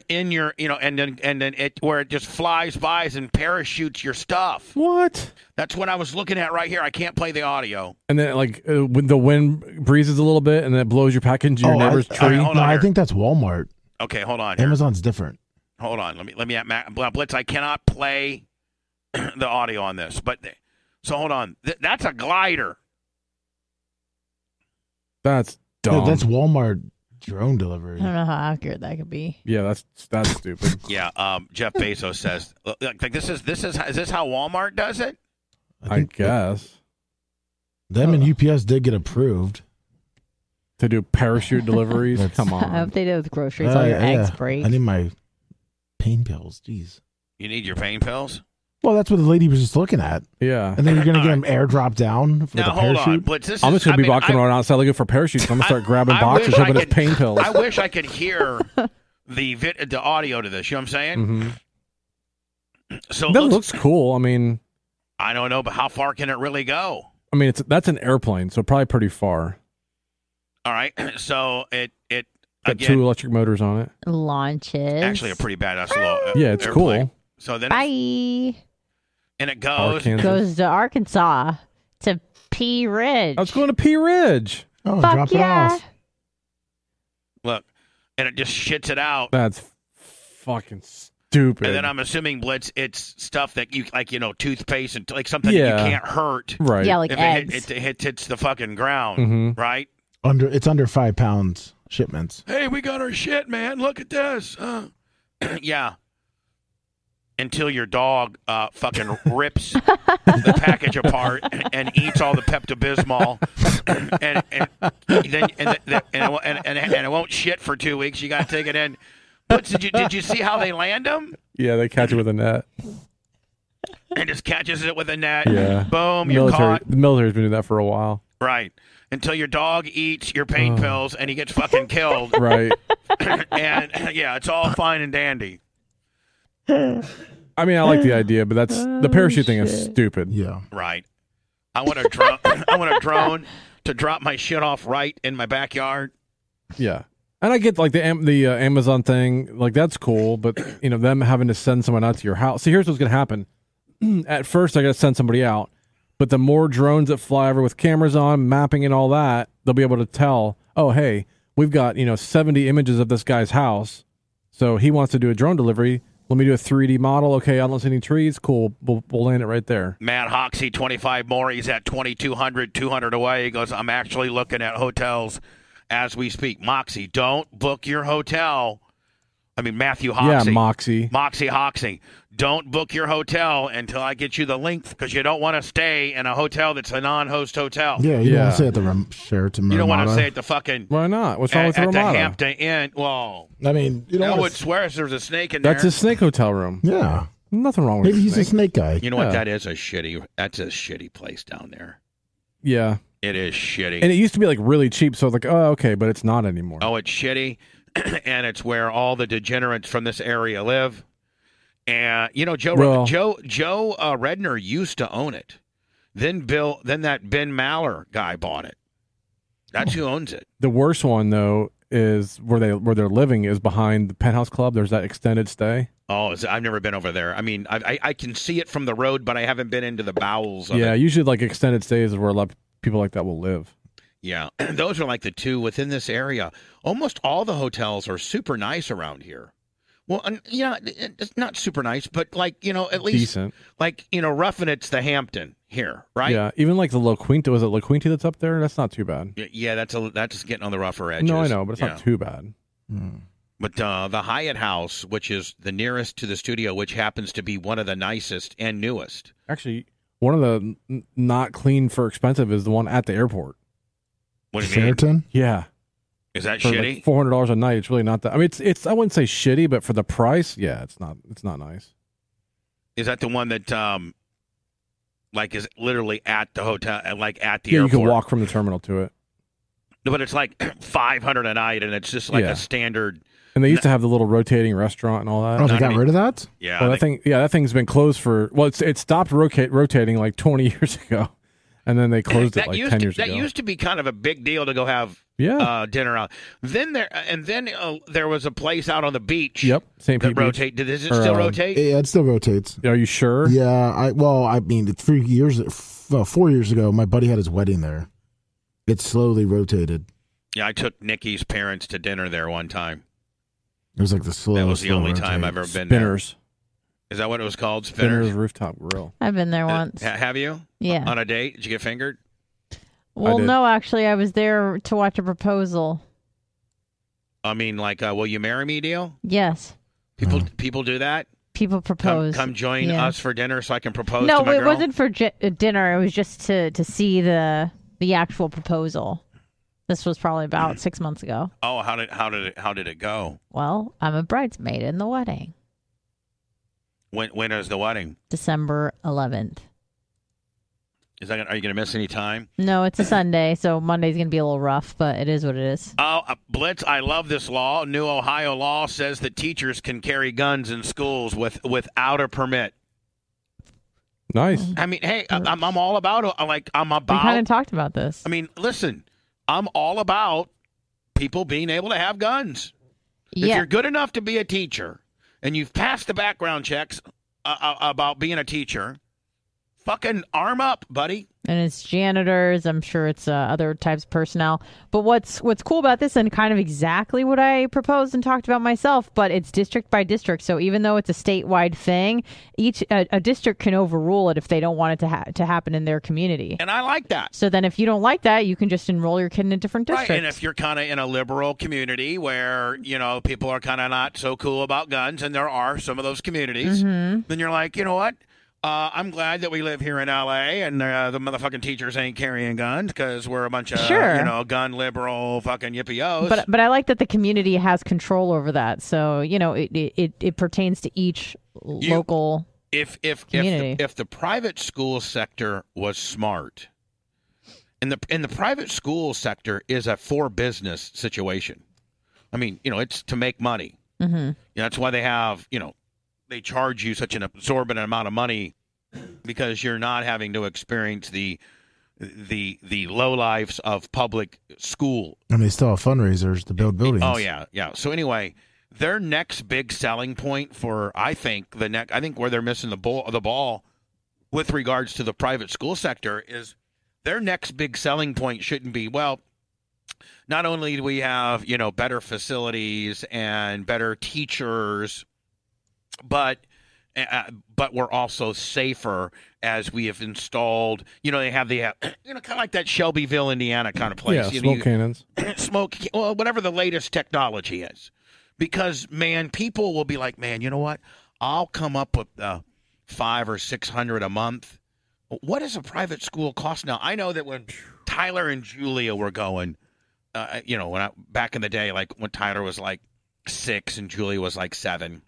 Speaker 1: in your, you know, and then and then it where it just flies by and parachutes your stuff.
Speaker 3: What?
Speaker 1: That's what I was looking at right here. I can't play the audio.
Speaker 3: And then like uh, when the wind breezes a little bit and then it blows your package into your
Speaker 5: Oh, I-
Speaker 3: neighbor's
Speaker 5: I-
Speaker 3: tree.
Speaker 1: Hold
Speaker 5: no,
Speaker 1: on
Speaker 5: I
Speaker 1: here.
Speaker 5: think that's Walmart.
Speaker 1: Okay, hold on. Here.
Speaker 5: Amazon's different.
Speaker 1: Hold on. Let me let me at Matt Blitz. I cannot play the audio on this, but so hold on. Th- that's a glider.
Speaker 3: that's
Speaker 5: No,
Speaker 3: dumb.
Speaker 5: that's Walmart drone
Speaker 2: I
Speaker 5: delivery.
Speaker 2: don't know how accurate that could be.
Speaker 3: yeah, that's that's stupid.
Speaker 1: Yeah, um, Jeff Bezos says, look, like this is this is is this how Walmart does it?
Speaker 3: I guess
Speaker 5: them and UPS did get approved.
Speaker 3: to do parachute deliveries.
Speaker 5: That's-
Speaker 3: Come
Speaker 2: I
Speaker 3: on.
Speaker 2: hope they did with groceries. all
Speaker 5: Uh,
Speaker 2: your eggs
Speaker 5: yeah.
Speaker 2: break.
Speaker 5: I need my pain pills. Jeez.
Speaker 1: You need your pain pills.
Speaker 5: Well, that's what the lady was just looking at,
Speaker 3: Yeah.
Speaker 5: and then you're gonna
Speaker 1: All
Speaker 5: get them airdrop down with
Speaker 1: now
Speaker 5: a
Speaker 1: hold
Speaker 5: parachute.
Speaker 1: on, Blitz. This
Speaker 3: I'm
Speaker 1: is,
Speaker 3: just gonna
Speaker 1: I
Speaker 3: be
Speaker 1: mean,
Speaker 3: walking
Speaker 1: I-
Speaker 3: around outside looking for parachutes. I'm gonna start
Speaker 1: I-
Speaker 3: grabbing
Speaker 1: I
Speaker 3: boxes,
Speaker 1: wish I
Speaker 3: hoping it's
Speaker 1: could-
Speaker 3: pain pills.
Speaker 1: I wish I could hear the vid- the audio to this. You know what I'm saying?
Speaker 3: hmm
Speaker 1: So it
Speaker 3: Mm-hmm. That
Speaker 1: looks-
Speaker 3: looks cool. I mean,
Speaker 1: I don't know, but how far can it really go?
Speaker 3: I mean, it's that's an airplane, so probably pretty far.
Speaker 1: All right, so it it
Speaker 3: Got two
Speaker 1: again
Speaker 3: electric motors on it.
Speaker 2: Launches.
Speaker 1: actually a pretty badass little uh,
Speaker 3: Yeah, it's
Speaker 1: airplane. Oh,
Speaker 3: cool.
Speaker 1: So then it,
Speaker 2: Bye.
Speaker 1: and it goes.
Speaker 3: Arkansas.
Speaker 2: Goes to Arkansas to P Ridge.
Speaker 3: I was going to P Ridge.
Speaker 5: Oh,
Speaker 2: Fuck
Speaker 5: drop
Speaker 2: yeah.
Speaker 5: it off.
Speaker 1: Look, and it just shits it out.
Speaker 3: That's fucking stupid.
Speaker 1: And then I'm assuming Blitz, it's stuff that you like, you know, toothpaste and like something that
Speaker 3: Yeah.
Speaker 1: you can't hurt.
Speaker 3: right.
Speaker 2: Yeah, like
Speaker 1: if
Speaker 2: eggs.
Speaker 1: It, hit, it, hit- hits the fucking ground,
Speaker 3: Mhm.
Speaker 1: right?
Speaker 5: Under it's under five pounds shipments.
Speaker 1: Hey, we got our shit, man. Look at this. Uh, yeah. Until your dog uh, fucking rips the package apart and, eats all the Pepto Bismol, and, and then and, the- and, it- and, and, and it won't shit for two weeks. You got to take it in. Blitz, did you did you see how they land him?
Speaker 3: yeah, they catch it with a net.
Speaker 1: and just catches it with a net.
Speaker 3: Yeah.
Speaker 1: Boom, you're
Speaker 3: military,
Speaker 1: caught.
Speaker 3: the military's been doing that for a while.
Speaker 1: Right. Until your dog eats your pain
Speaker 3: Ugh.
Speaker 1: pills and he gets fucking killed.
Speaker 3: Oh. Right.
Speaker 1: and yeah, it's all fine and dandy.
Speaker 3: I mean, I like the idea, but that's the parachute thing is stupid.
Speaker 5: Yeah.
Speaker 1: Right. I want a drone I want a drone to drop my shit off right in my backyard.
Speaker 3: Yeah. And I get like the Am- the uh, Amazon thing, like that's cool, but you know them having to send someone out to your house. See, here's what's gonna happen. At first, I gotta send somebody out, but the more drones that fly over with cameras on, mapping and all that, they'll be able to tell. Oh, hey, we've got you know 70 images of this guy's house, so he wants to do a drone delivery. Let me do a 3D model. Okay, I don't see any trees. Cool, we'll, we'll land it right there.
Speaker 1: Matt Hoxie, 25 more. He's at 2,200, 200 away. He goes, I'm actually looking at hotels as we speak. Moxie, don't book your hotel. I mean, Matthew Hoxie.
Speaker 3: Yeah, Moxie.
Speaker 1: Moxie Hoxie, don't book your hotel until I get you the link because you don't want to stay in a hotel that's a non-host hotel.
Speaker 5: Yeah. You don't
Speaker 3: Yeah.
Speaker 5: want to say at the Ram- Sheraton.
Speaker 1: you don't want to
Speaker 5: Ramada.
Speaker 1: stay at the fucking
Speaker 3: Why not? What's wrong
Speaker 1: at,
Speaker 3: with the
Speaker 1: at the
Speaker 3: Ramada?
Speaker 1: Hampton Inn. Well,
Speaker 5: I mean, you don't
Speaker 1: I
Speaker 5: want
Speaker 1: would
Speaker 5: to.
Speaker 1: swear there's a snake in
Speaker 3: That's
Speaker 1: there.
Speaker 3: a snake hotel room.
Speaker 5: Yeah.
Speaker 3: Nothing wrong with
Speaker 5: Maybe
Speaker 3: a
Speaker 5: he's a
Speaker 3: snake.
Speaker 5: snake guy.
Speaker 1: you know what?
Speaker 3: yeah.
Speaker 1: That is a shitty. That's a shitty place down there.
Speaker 3: yeah.
Speaker 1: It is shitty.
Speaker 3: And it used to be like really cheap, so I was like, oh, okay, but it's not anymore.
Speaker 1: Oh, it's shitty, and it's where all the degenerates from this area live. And you know, Joe
Speaker 3: Well-
Speaker 1: Joe Joe uh, Redner used to own it. Then Bill, then that Ben Maller guy bought it. That's who owns it.
Speaker 3: The worst one though is where they where they're living is behind the penthouse club. There's that extended stay.
Speaker 1: Oh, is- I've never been over there. I mean, I, I I can see it from the road, but I haven't been into the bowels of
Speaker 3: yeah,
Speaker 1: it.
Speaker 3: usually like extended stays is where a lot of people like that will live.
Speaker 1: Yeah, those are like the two within this area. Almost all the hotels are super nice around here. Well, and, yeah, it's not super nice, but like you know, at least
Speaker 3: Decent.
Speaker 1: like you know roughing it's the hampton here right
Speaker 3: Yeah, even like the La Quinta was it La Quinta that's up there? That's not too bad.
Speaker 1: Y- yeah that's a that's getting on the rougher edge
Speaker 3: No, I know, but it's not too bad.
Speaker 5: Hmm.
Speaker 1: But uh, the Hyatt House, which is the nearest to the studio, which happens to be one of the nicest and newest.
Speaker 3: Actually, one of the n- not clean for expensive is the one at the airport.
Speaker 1: What do you mean?
Speaker 5: Sheraton.
Speaker 3: Yeah,
Speaker 1: Is that
Speaker 3: for
Speaker 1: shitty?
Speaker 3: four hundred dollars a night, it's really not that. I mean, it's it's I wouldn't say shitty, but for the price, yeah, it's not it's not nice.
Speaker 1: is that the one that um, like is literally at the hotel, uh, like at the
Speaker 3: yeah,
Speaker 1: airport?
Speaker 3: you can walk from the terminal to it.
Speaker 1: No, But it's like five hundred a night, and it's just like
Speaker 3: Yeah.
Speaker 1: a standard.
Speaker 3: And they used to have the little rotating restaurant and all that.
Speaker 5: Oh, they
Speaker 1: not
Speaker 5: got
Speaker 1: any-
Speaker 5: rid of that.
Speaker 1: Yeah,
Speaker 3: well,
Speaker 1: I
Speaker 3: that
Speaker 1: think-
Speaker 3: thing, yeah, that thing's been closed for well, it's it stopped rotate, rotating like twenty years ago, and then they closed it
Speaker 1: that
Speaker 3: like
Speaker 1: used
Speaker 3: ten
Speaker 1: to,
Speaker 3: years
Speaker 1: that
Speaker 3: ago.
Speaker 1: used to be kind of a big deal to go have
Speaker 3: yeah,
Speaker 1: uh, dinner out. Then there, and then uh, there was a place out on the beach.
Speaker 3: yep, St.
Speaker 1: that
Speaker 3: Pete Beach.
Speaker 1: rotate. Does it
Speaker 3: Or,
Speaker 1: still
Speaker 3: um,
Speaker 1: rotate?
Speaker 5: Yeah, it still rotates.
Speaker 3: Are you sure?
Speaker 5: Yeah, I well, I mean, three years, f- uh, four years ago, my buddy had his wedding there. It slowly rotated.
Speaker 1: yeah, I took Nikki's parents to dinner there one time.
Speaker 5: It was like the slowest.
Speaker 1: that was the
Speaker 5: slow
Speaker 1: only time I've
Speaker 5: rotate.
Speaker 1: ever been there.
Speaker 3: Spinners,
Speaker 1: Is that what it was called?
Speaker 3: Spinners,
Speaker 1: Spinners.
Speaker 3: rooftop grill.
Speaker 2: I've been there
Speaker 1: Uh,
Speaker 2: once.
Speaker 1: ha- have you
Speaker 2: yeah.
Speaker 1: on a date? Did you get fingered?
Speaker 2: Well,
Speaker 3: did.
Speaker 2: no, actually, I was there to watch a proposal.
Speaker 1: I mean, like, uh, will you marry me? Deal.
Speaker 2: Yes,
Speaker 1: People,
Speaker 5: Oh.
Speaker 1: people do that.
Speaker 2: people
Speaker 1: Come,
Speaker 2: proposed.
Speaker 1: come join
Speaker 2: Yeah.
Speaker 1: us for dinner so I can propose
Speaker 2: no,
Speaker 1: to my
Speaker 2: it
Speaker 1: girl.
Speaker 2: wasn't for j- uh, dinner. It was just to to see the the actual proposal. This was probably about six months ago.
Speaker 1: Oh, how did how did it how did it go?
Speaker 2: Well, I'm a bridesmaid in the wedding,
Speaker 1: When when is the wedding?
Speaker 2: December 11th.
Speaker 1: Is that gonna, are you going to miss any time?
Speaker 2: No, it's a Sunday, so Monday's gonna be a little rough, but it is what it is.
Speaker 1: Oh, uh, Blitz! I love this law. New Ohio law says that teachers can carry guns in schools with without a permit.
Speaker 3: Nice.
Speaker 1: I mean, hey, I- I'm, I'm all about I'm like I'm
Speaker 2: We
Speaker 1: about.
Speaker 2: kind of talked about this.
Speaker 1: I mean, listen, I'm all about people being able to have guns. If
Speaker 2: yeah,
Speaker 1: you're good enough to be a teacher and you've passed the background checks uh, uh, about being a teacher, fucking arm up, buddy.
Speaker 2: and it's janitors. I'm sure it's uh, other types of personnel. But what's what's cool about this, and kind of exactly what I proposed and talked about myself, but it's district by district. So even though it's a statewide thing, each a, a district can overrule it if they don't want it to ha- to happen in their community.
Speaker 1: And I like that.
Speaker 2: so then, if you don't like that, you can just enroll your kid in a different district.
Speaker 1: Right, and if you're kind of in a liberal community where you know people are kind of not so cool about guns, and there are some of those communities,
Speaker 2: Mm-hmm.
Speaker 1: then you're like, you know what? Uh, I'm glad that we live here in LA, and uh, the motherfucking teachers ain't carrying guns because we're a bunch of
Speaker 2: Sure.
Speaker 1: you know gun liberal fucking yippios.
Speaker 2: but but I like that the community has control over that. So you know it it, it, it pertains to each
Speaker 1: You-
Speaker 2: local.
Speaker 1: if if if the,
Speaker 2: Community.
Speaker 1: if the private school sector was smart, and the and the private school sector is a for business situation. I mean, you know, it's to make money.
Speaker 2: Mhm.
Speaker 1: Yeah, that's why they have, you know, they charge you such an absorbent amount of money because you're not having to experience the the the low lives of public school.
Speaker 5: And they still have fundraisers to build buildings.
Speaker 1: Oh yeah, yeah. So anyway, their next big selling point for I think the neck I think where they're missing the ball the ball with regards to the private school sector is their next big selling point shouldn't be well not only do we have, you know, better facilities and better teachers but uh, but we're also safer as we have installed, you know, they have the, uh, you know, kind of like that Shelbyville, Indiana kind of place.
Speaker 3: yeah,
Speaker 1: you know,
Speaker 3: smoke
Speaker 1: you-
Speaker 3: cannons.
Speaker 1: smoke, well, whatever the latest technology is. Because, man, people will be like, man, you know what? I'll come up with uh, five or six hundred a month. What does a private school cost now? I know that when Tyler and Julia were going, uh, you know, when I, back in the day, like when Tyler was like six and Julia was like seven,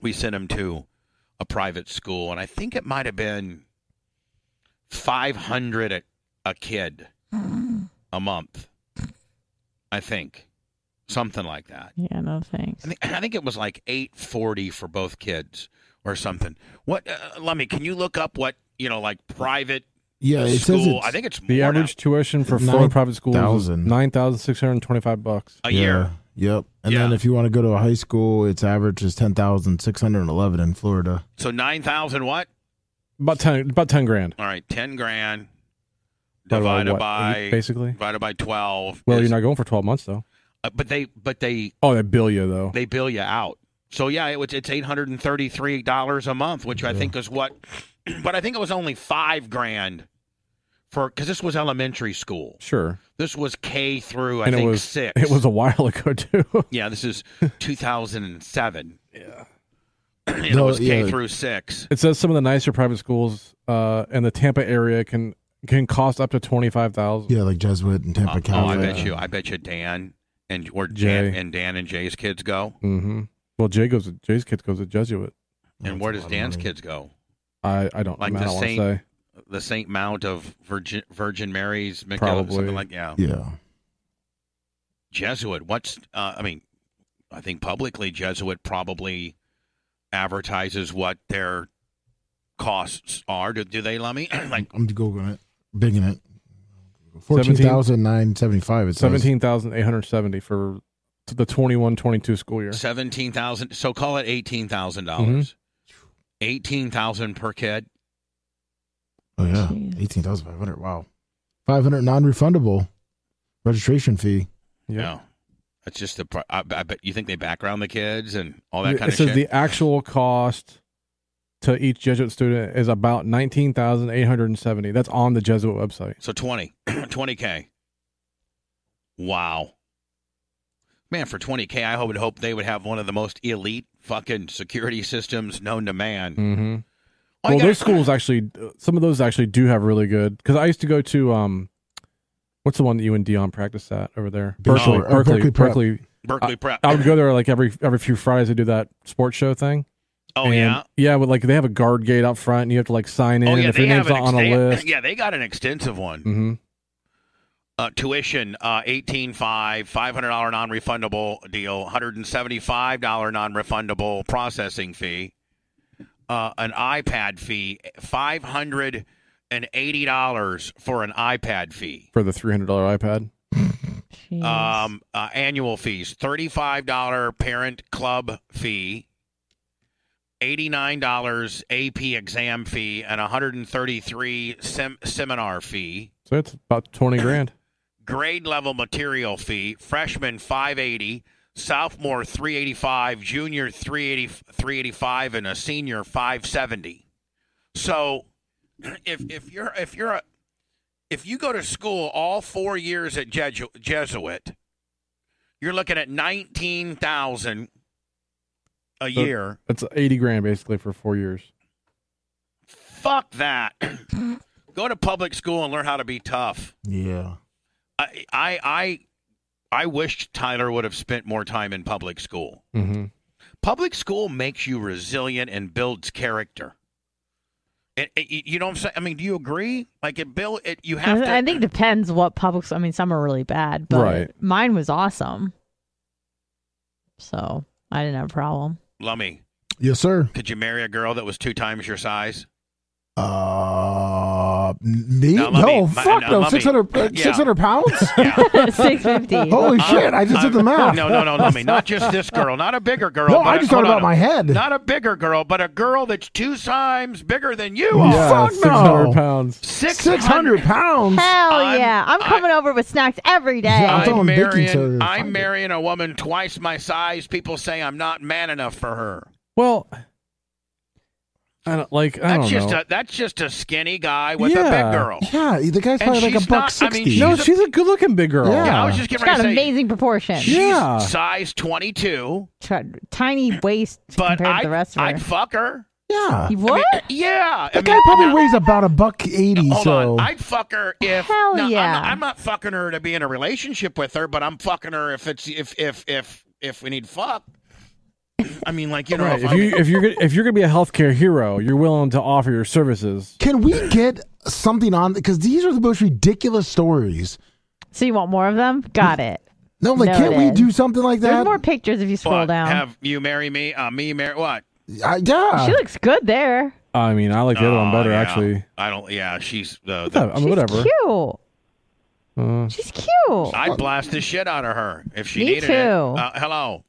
Speaker 1: we sent him to a private school, and I think it might have been five hundred a, a kid a month. I think, something like that.
Speaker 2: Yeah, no thanks.
Speaker 1: I think, I think it was like eight forty for both kids or something. What, uh, Lummy? Can you look up what you know, like private
Speaker 5: yeah. It
Speaker 1: school?
Speaker 5: says it's,
Speaker 1: I think it's
Speaker 3: The
Speaker 1: more
Speaker 3: average tuition for
Speaker 5: Nine
Speaker 3: four private schools is
Speaker 5: thousand.
Speaker 3: nine thousand six hundred twenty-five bucks.
Speaker 1: now, a
Speaker 5: yeah,
Speaker 1: year.
Speaker 5: Yep. And then
Speaker 1: Yeah.
Speaker 5: if you want to go to a high school, its average is ten thousand six hundred eleven in Florida.
Speaker 1: So nine thousand what?
Speaker 3: About ten, about ten grand.
Speaker 1: All right, ten grand
Speaker 3: About
Speaker 1: divided
Speaker 3: what,
Speaker 1: by
Speaker 3: eight, basically.
Speaker 1: divided by twelve.
Speaker 3: Well,
Speaker 1: is-
Speaker 3: you're not going for twelve months though.
Speaker 1: uh, but they but they
Speaker 3: Oh, they bill you though.
Speaker 1: they bill you out. So yeah, it, was- it's eight hundred and thirty three dollars a month, which I think is what. But I think it was only five grand for because this was elementary school.
Speaker 3: Sure.
Speaker 1: This was K through I
Speaker 3: and
Speaker 1: think
Speaker 3: it was
Speaker 1: six.
Speaker 3: it was a while ago too.
Speaker 1: yeah. This is 2007.
Speaker 3: Yeah.
Speaker 1: it
Speaker 5: No,
Speaker 1: was K
Speaker 5: yeah.
Speaker 1: through six.
Speaker 3: It says some of the nicer private schools uh, in the Tampa area can can cost up to twenty five thousand.
Speaker 5: Yeah, like Jesuit and
Speaker 1: Uh,
Speaker 5: Tampa
Speaker 1: oh, I
Speaker 5: Catholic.
Speaker 1: bet you. I bet you Dan and or Dan
Speaker 3: Jay.
Speaker 1: and Dan and Jay's kids go.
Speaker 3: Mm-hmm. Well, Jay goes. Jay's kid goes to Jesuit.
Speaker 1: And where does
Speaker 5: That's a lot of
Speaker 1: Dan's
Speaker 5: money.
Speaker 1: kids go?
Speaker 3: I I don't.
Speaker 1: Like
Speaker 3: I
Speaker 1: the
Speaker 3: don't want to
Speaker 1: Saint-
Speaker 3: say.
Speaker 1: The Saint Mount of Virgin Virgin Mary's, McGill,
Speaker 3: Probably.
Speaker 1: something like yeah.
Speaker 5: Yeah.
Speaker 1: Jesuit. What's uh, I mean, I think publicly Jesuit probably advertises what their costs are. Do, do they, Lummy? like
Speaker 5: I'm googling it, bigging it. Fourteen thousand nine seventy five. It says.
Speaker 3: Seventeen thousand eight hundred seventy for t- the 21-22 school year.
Speaker 1: seventeen thousand. So call it eighteen dollars.
Speaker 3: Mhm.
Speaker 5: Mm-hmm.
Speaker 1: Eighteen thousand per kid.
Speaker 5: Oh yeah,
Speaker 2: Jeez.
Speaker 5: eighteen thousand five hundred. Wow, five hundred non-refundable registration fee.
Speaker 3: Yeah.
Speaker 1: No, that's just the. pri- I, I bet you think they background the kids and all that
Speaker 3: it
Speaker 1: kind of
Speaker 3: says
Speaker 1: shit.
Speaker 3: the actual cost to each Jesuit student is about nineteen thousand eight hundred and seventy. That's on the Jesuit website.
Speaker 1: so 20, 20 k. Wow, man, for twenty k, I would hope they would have one of the most elite fucking security systems known to man.
Speaker 3: Mm-hmm.
Speaker 1: All you
Speaker 3: well,
Speaker 1: gotta-
Speaker 3: those schools actually, some of those actually do have really good. Because I used to go to um, what's the one that you and Dion practiced at over there?
Speaker 5: Big
Speaker 3: Berkeley,
Speaker 5: Shore. Oh,
Speaker 3: Berkeley,
Speaker 5: Berkeley
Speaker 3: Berkeley.
Speaker 5: Prep.
Speaker 1: Berkeley Prep.
Speaker 3: I would go there like every every few Fridays. I do that sports show thing.
Speaker 1: oh
Speaker 3: And,
Speaker 1: yeah.
Speaker 3: yeah. But like they have a guard gate up front, and you have to like sign in.
Speaker 1: Oh
Speaker 3: and
Speaker 1: yeah.
Speaker 3: if your name's
Speaker 1: an
Speaker 3: not on a
Speaker 1: ex- they-
Speaker 3: list,
Speaker 1: Yeah, they got an extensive one.
Speaker 3: hmm
Speaker 1: Uh, tuition, uh, eighteen five, five hundred dollar non refundable deal, hundred and seventy five dollar non refundable processing fee, uh, an iPad fee, five hundred and eighty dollars for an iPad fee.
Speaker 3: for the three hundred dollar iPad.
Speaker 2: Jeez.
Speaker 1: Um, uh, annual fees: thirty-five dollar parent club fee, eighty-nine dollars AP exam fee, and one hundred and thirty-three sem- seminar fee.
Speaker 3: So it's about twenty grand.
Speaker 1: Grade level material fee: freshman five eighty, sophomore three eighty-five, junior 380, 385, and a senior five seventy. So, if if you're if you're a if you go to school all four years at Jesu- Jesuit, you're looking at nineteen thousand a year.
Speaker 3: That's eighty grand basically for four years.
Speaker 1: Fuck that. go to public school and learn how to be tough.
Speaker 5: Yeah.
Speaker 1: I I I, I wish Tyler would have spent more time in public school.
Speaker 3: Mm-hmm.
Speaker 1: Public school makes you resilient and builds character. It, it- you- you know what I'm saying? I mean, do you agree? Like it build it. You
Speaker 2: I,
Speaker 1: have to.
Speaker 2: I think depends what public. I mean, some are really bad, but
Speaker 3: Right.
Speaker 2: mine was awesome. So I didn't have a problem.
Speaker 1: Lummy,
Speaker 5: Yes, sir.
Speaker 1: could you marry a girl that was two times your size?
Speaker 5: Uh, me?
Speaker 1: No,
Speaker 5: No,
Speaker 1: let me- my-
Speaker 5: fuck
Speaker 1: no,
Speaker 5: no.
Speaker 1: let me-
Speaker 5: 600, uh,
Speaker 1: yeah.
Speaker 5: 600 pounds?
Speaker 1: Yeah.
Speaker 2: Six fifty.
Speaker 5: Holy
Speaker 1: Uh,
Speaker 5: Oh, shit. I just did
Speaker 1: uh,
Speaker 5: the math.
Speaker 1: No, no, no, Lummy. Not just this girl. Not a bigger girl.
Speaker 5: No,
Speaker 1: but
Speaker 5: I
Speaker 1: a-
Speaker 5: just thought
Speaker 1: hold on.
Speaker 5: about my head.
Speaker 1: Not a bigger girl, but a girl that's two times bigger than you
Speaker 5: Oh,
Speaker 1: are.
Speaker 3: yeah,
Speaker 5: fuck no.
Speaker 3: six hundred pounds.
Speaker 5: 600 pounds?
Speaker 2: Hell
Speaker 1: I'm-
Speaker 2: yeah! I'm
Speaker 1: I-
Speaker 2: coming over with snacks every day.
Speaker 5: Yeah, I'm
Speaker 1: I'm,
Speaker 5: throwing
Speaker 1: marrying.
Speaker 5: baking soda to
Speaker 1: I'm
Speaker 5: find it.
Speaker 1: marrying a woman twice my size. People say I'm not man enough for her.
Speaker 3: Well, I don't like. I
Speaker 1: That's
Speaker 3: don't
Speaker 1: just
Speaker 3: know.
Speaker 1: a that's just a skinny guy with a
Speaker 3: Yeah.
Speaker 1: big girl.
Speaker 5: Yeah, the guy's
Speaker 1: And
Speaker 5: probably like
Speaker 1: she's
Speaker 5: a buck
Speaker 1: not- I mean,
Speaker 5: sixty.
Speaker 1: she's
Speaker 3: no,
Speaker 1: a-
Speaker 3: she's a good-looking big girl.
Speaker 5: Yeah.
Speaker 1: Yeah, I was just
Speaker 2: She's
Speaker 1: getting
Speaker 2: got
Speaker 1: ready to say
Speaker 2: amazing proportions.
Speaker 1: she's
Speaker 3: Yeah.
Speaker 1: size 22,
Speaker 2: T- tiny waist
Speaker 1: but
Speaker 2: compared
Speaker 1: I
Speaker 2: to the rest of her.
Speaker 1: I'd fuck her. uh,
Speaker 5: yeah,
Speaker 2: You what?
Speaker 1: Yeah, I
Speaker 5: that guy
Speaker 1: mean,
Speaker 5: probably
Speaker 1: no,
Speaker 5: weighs about a buck eighty.
Speaker 1: Hold
Speaker 5: so
Speaker 1: on, I'd fuck her if
Speaker 2: Hell
Speaker 1: no, I'm
Speaker 2: yeah.
Speaker 1: not- I'm, not fucking her to be in a relationship with her, but I'm fucking her if it's if if if if we need fuck. I mean, like you know,
Speaker 3: Right.
Speaker 1: if
Speaker 3: If
Speaker 1: I'm-
Speaker 3: you if you're gonna- if you're gonna be a healthcare hero, you're willing to offer your services.
Speaker 5: can we get something on? Because these are the most ridiculous stories.
Speaker 2: so you want more of them? Got it.
Speaker 5: No, like,
Speaker 2: Noted.
Speaker 5: can't we do something like
Speaker 2: There's
Speaker 5: that?
Speaker 2: more pictures if you scroll
Speaker 1: What,
Speaker 2: down.
Speaker 1: Have uh, you marry me? Uh, me marry what?
Speaker 5: I- yeah,
Speaker 2: she looks good there.
Speaker 3: I mean, I like the other one
Speaker 1: Oh,
Speaker 3: better
Speaker 1: yeah.
Speaker 3: actually.
Speaker 1: I don't. Yeah, she's the.
Speaker 3: Yeah,
Speaker 1: the
Speaker 3: I mean,
Speaker 2: She's
Speaker 3: whatever.
Speaker 2: cute.
Speaker 3: Uh,
Speaker 2: She's cute.
Speaker 1: I'd blast the shit out of her if she
Speaker 2: Me
Speaker 1: needed
Speaker 2: too.
Speaker 1: it. Uh, hello.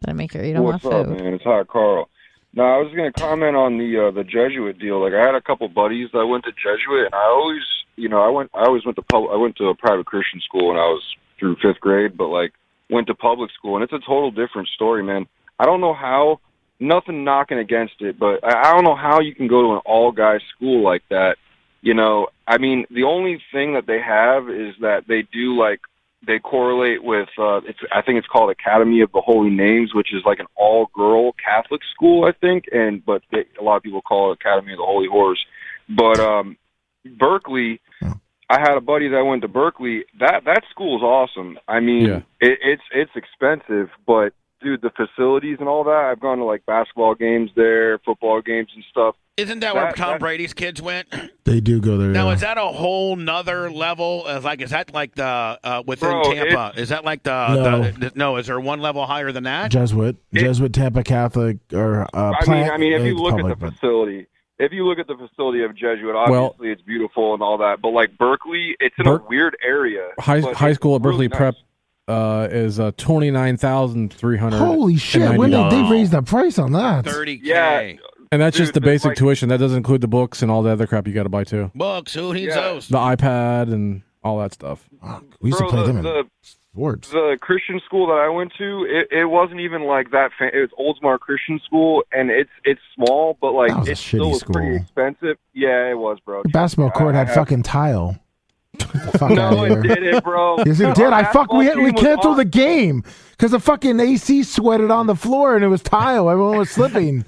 Speaker 2: Did I make her eat all my
Speaker 10: What's up,
Speaker 2: food?
Speaker 10: man? It's Hot Carl. No, I was going to comment on the uh, the Jesuit deal. Like, I had a couple buddies that went to Jesuit, and I always, you know, I went, I always went to pub, I went to a private Christian school when I was through fifth grade, but like went to public school, and it's a total different story, man. I don't know how. Nothing knocking against it, but I I don't know how you can go to an all guy school like that you know, I mean, the only thing that they have is that they do like they correlate with uh it's I think it's called Academy of the Holy Names, which is like an all girl Catholic school, I think, and but they, a lot of people call it Academy of the Holy Horrors. But um Berkeley I had a buddy that went to Berkeley. That that school's awesome. I mean,
Speaker 3: Yeah.
Speaker 10: it, it's it's expensive, but dude, the facilities and all that. I've gone to like basketball games there, football games and stuff.
Speaker 1: Isn't that, where
Speaker 10: That-
Speaker 1: Tom
Speaker 10: that-
Speaker 1: Brady's kids went?
Speaker 5: They do go there.
Speaker 1: Now
Speaker 5: yeah.
Speaker 1: is that a whole nother level? Of like, is that like the uh, within
Speaker 10: Bro,
Speaker 1: Tampa? Is that like the
Speaker 5: No.
Speaker 1: The, the- no? Is there one level higher than that?
Speaker 5: Jesuit,
Speaker 10: It-
Speaker 5: Jesuit, Tampa Catholic, or uh,
Speaker 10: I mean,
Speaker 5: plant-
Speaker 10: I mean, if you
Speaker 5: it's
Speaker 10: look
Speaker 5: public,
Speaker 10: at the
Speaker 5: but-
Speaker 10: facility, if you look at the facility of Jesuit, obviously
Speaker 3: Well-
Speaker 10: it's beautiful and all that. But like Berkeley, it's in
Speaker 3: Ber-
Speaker 10: a weird area.
Speaker 3: High
Speaker 10: but
Speaker 3: high
Speaker 10: it's
Speaker 3: school at Berkeley
Speaker 10: really nice.
Speaker 3: Prep uh, is uh, twenty nine thousand three hundred.
Speaker 5: Holy shit! When they, they've raised the price on that.
Speaker 1: Thirty k
Speaker 10: Yeah.
Speaker 3: and that's just the
Speaker 10: Dude, that's
Speaker 3: basic
Speaker 10: like-
Speaker 3: tuition. That doesn't include the books and all the other crap you got to buy too.
Speaker 1: books. Who needs
Speaker 10: Yeah.
Speaker 1: those?
Speaker 3: The iPad and all that stuff.
Speaker 5: Fuck, we used
Speaker 10: Bro,
Speaker 5: to play
Speaker 10: the,
Speaker 5: them in
Speaker 10: the
Speaker 5: sports.
Speaker 10: the Christian school that I went to, it, it wasn't even like that. Fa- it was Oldsmar Christian School, and it's it's small, but like
Speaker 5: That was a
Speaker 10: it's still
Speaker 5: shitty
Speaker 10: was pretty
Speaker 5: school.
Speaker 10: expensive. Yeah, it was, bro.
Speaker 5: The basketball court
Speaker 10: I- I
Speaker 5: had
Speaker 10: have-
Speaker 5: fucking tile. Get the fuck out
Speaker 10: No,
Speaker 5: of here.
Speaker 10: it did it, bro.
Speaker 5: Yes, it did.
Speaker 10: Our
Speaker 5: I fuck.
Speaker 10: basketball
Speaker 5: We had, we
Speaker 10: team was
Speaker 5: canceled the
Speaker 10: awesome.
Speaker 5: game because the fucking AC sweated on the floor and it was tile. Everyone was slipping.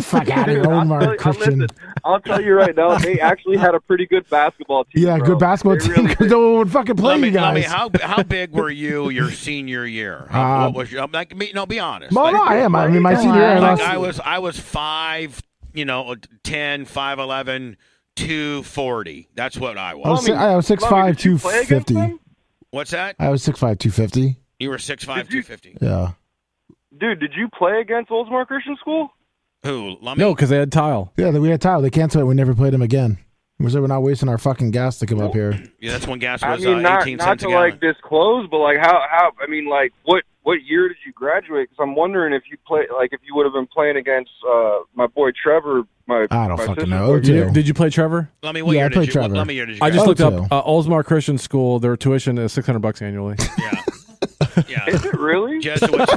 Speaker 5: fuck out of here,
Speaker 10: Dude, I'll tell
Speaker 5: Omar
Speaker 10: you- I'll
Speaker 5: Christian.
Speaker 10: listen, I'll tell you right now, they actually had a pretty good basketball team.
Speaker 5: Yeah,
Speaker 10: bro.
Speaker 5: good basketball
Speaker 10: They
Speaker 5: team
Speaker 10: really
Speaker 5: because
Speaker 10: did.
Speaker 5: no one would fucking play
Speaker 1: let me,
Speaker 5: you
Speaker 1: let me-
Speaker 5: guys.
Speaker 1: how how big were you your senior year? How,
Speaker 5: Uh,
Speaker 1: what was your, like? Me, no, be honest.
Speaker 5: No,
Speaker 1: like,
Speaker 5: no, I am. I mean, my
Speaker 2: Don't
Speaker 5: senior year, I
Speaker 2: lie.
Speaker 1: like
Speaker 5: lost.
Speaker 1: I was I was five, you know, uh, 10, 5'11", 240. That's what I
Speaker 5: I
Speaker 10: Oh.
Speaker 5: was,
Speaker 1: was.
Speaker 5: si- I was six
Speaker 10: Lummi,
Speaker 5: five
Speaker 10: did you
Speaker 5: two
Speaker 10: play against
Speaker 5: fifty.
Speaker 10: them?
Speaker 1: What's that?
Speaker 5: I was six five two fifty.
Speaker 1: You were six five
Speaker 10: Did you-
Speaker 1: two fifty.
Speaker 5: Yeah.
Speaker 10: Dude, did you play against Oldsmar Christian School?
Speaker 1: Who? Lummy?
Speaker 3: No, because they had tile.
Speaker 5: Yeah, we had Tyler. They canceled it. We never played him again. We said we're not wasting our fucking gas to come up here.
Speaker 1: Yeah, that's when gas
Speaker 10: I
Speaker 1: was
Speaker 10: mean,
Speaker 1: uh,
Speaker 10: not
Speaker 1: eighteen
Speaker 10: not
Speaker 1: cents
Speaker 10: to
Speaker 1: a gallon.
Speaker 10: like disclose, but like how how I mean, like what what year did you graduate? Because I'm wondering if you play like if you would have been playing against uh my boy Trevor. My
Speaker 5: I don't
Speaker 10: my
Speaker 5: fucking
Speaker 10: sister's
Speaker 5: know.
Speaker 10: boy-
Speaker 5: Or
Speaker 3: You-
Speaker 5: Yeah.
Speaker 3: did you play Trevor?
Speaker 1: Lummy, what
Speaker 5: Yeah, I
Speaker 1: year
Speaker 5: played
Speaker 1: did you?
Speaker 5: Trevother.
Speaker 1: What Lummy year did you?
Speaker 3: I just
Speaker 5: Oh,
Speaker 1: graduate?
Speaker 3: looked up
Speaker 5: too.
Speaker 3: uh, Oldsmar Christian School. Their tuition is six hundred bucks annually.
Speaker 1: yeah, yeah.
Speaker 10: Is it really?
Speaker 1: Jesuits,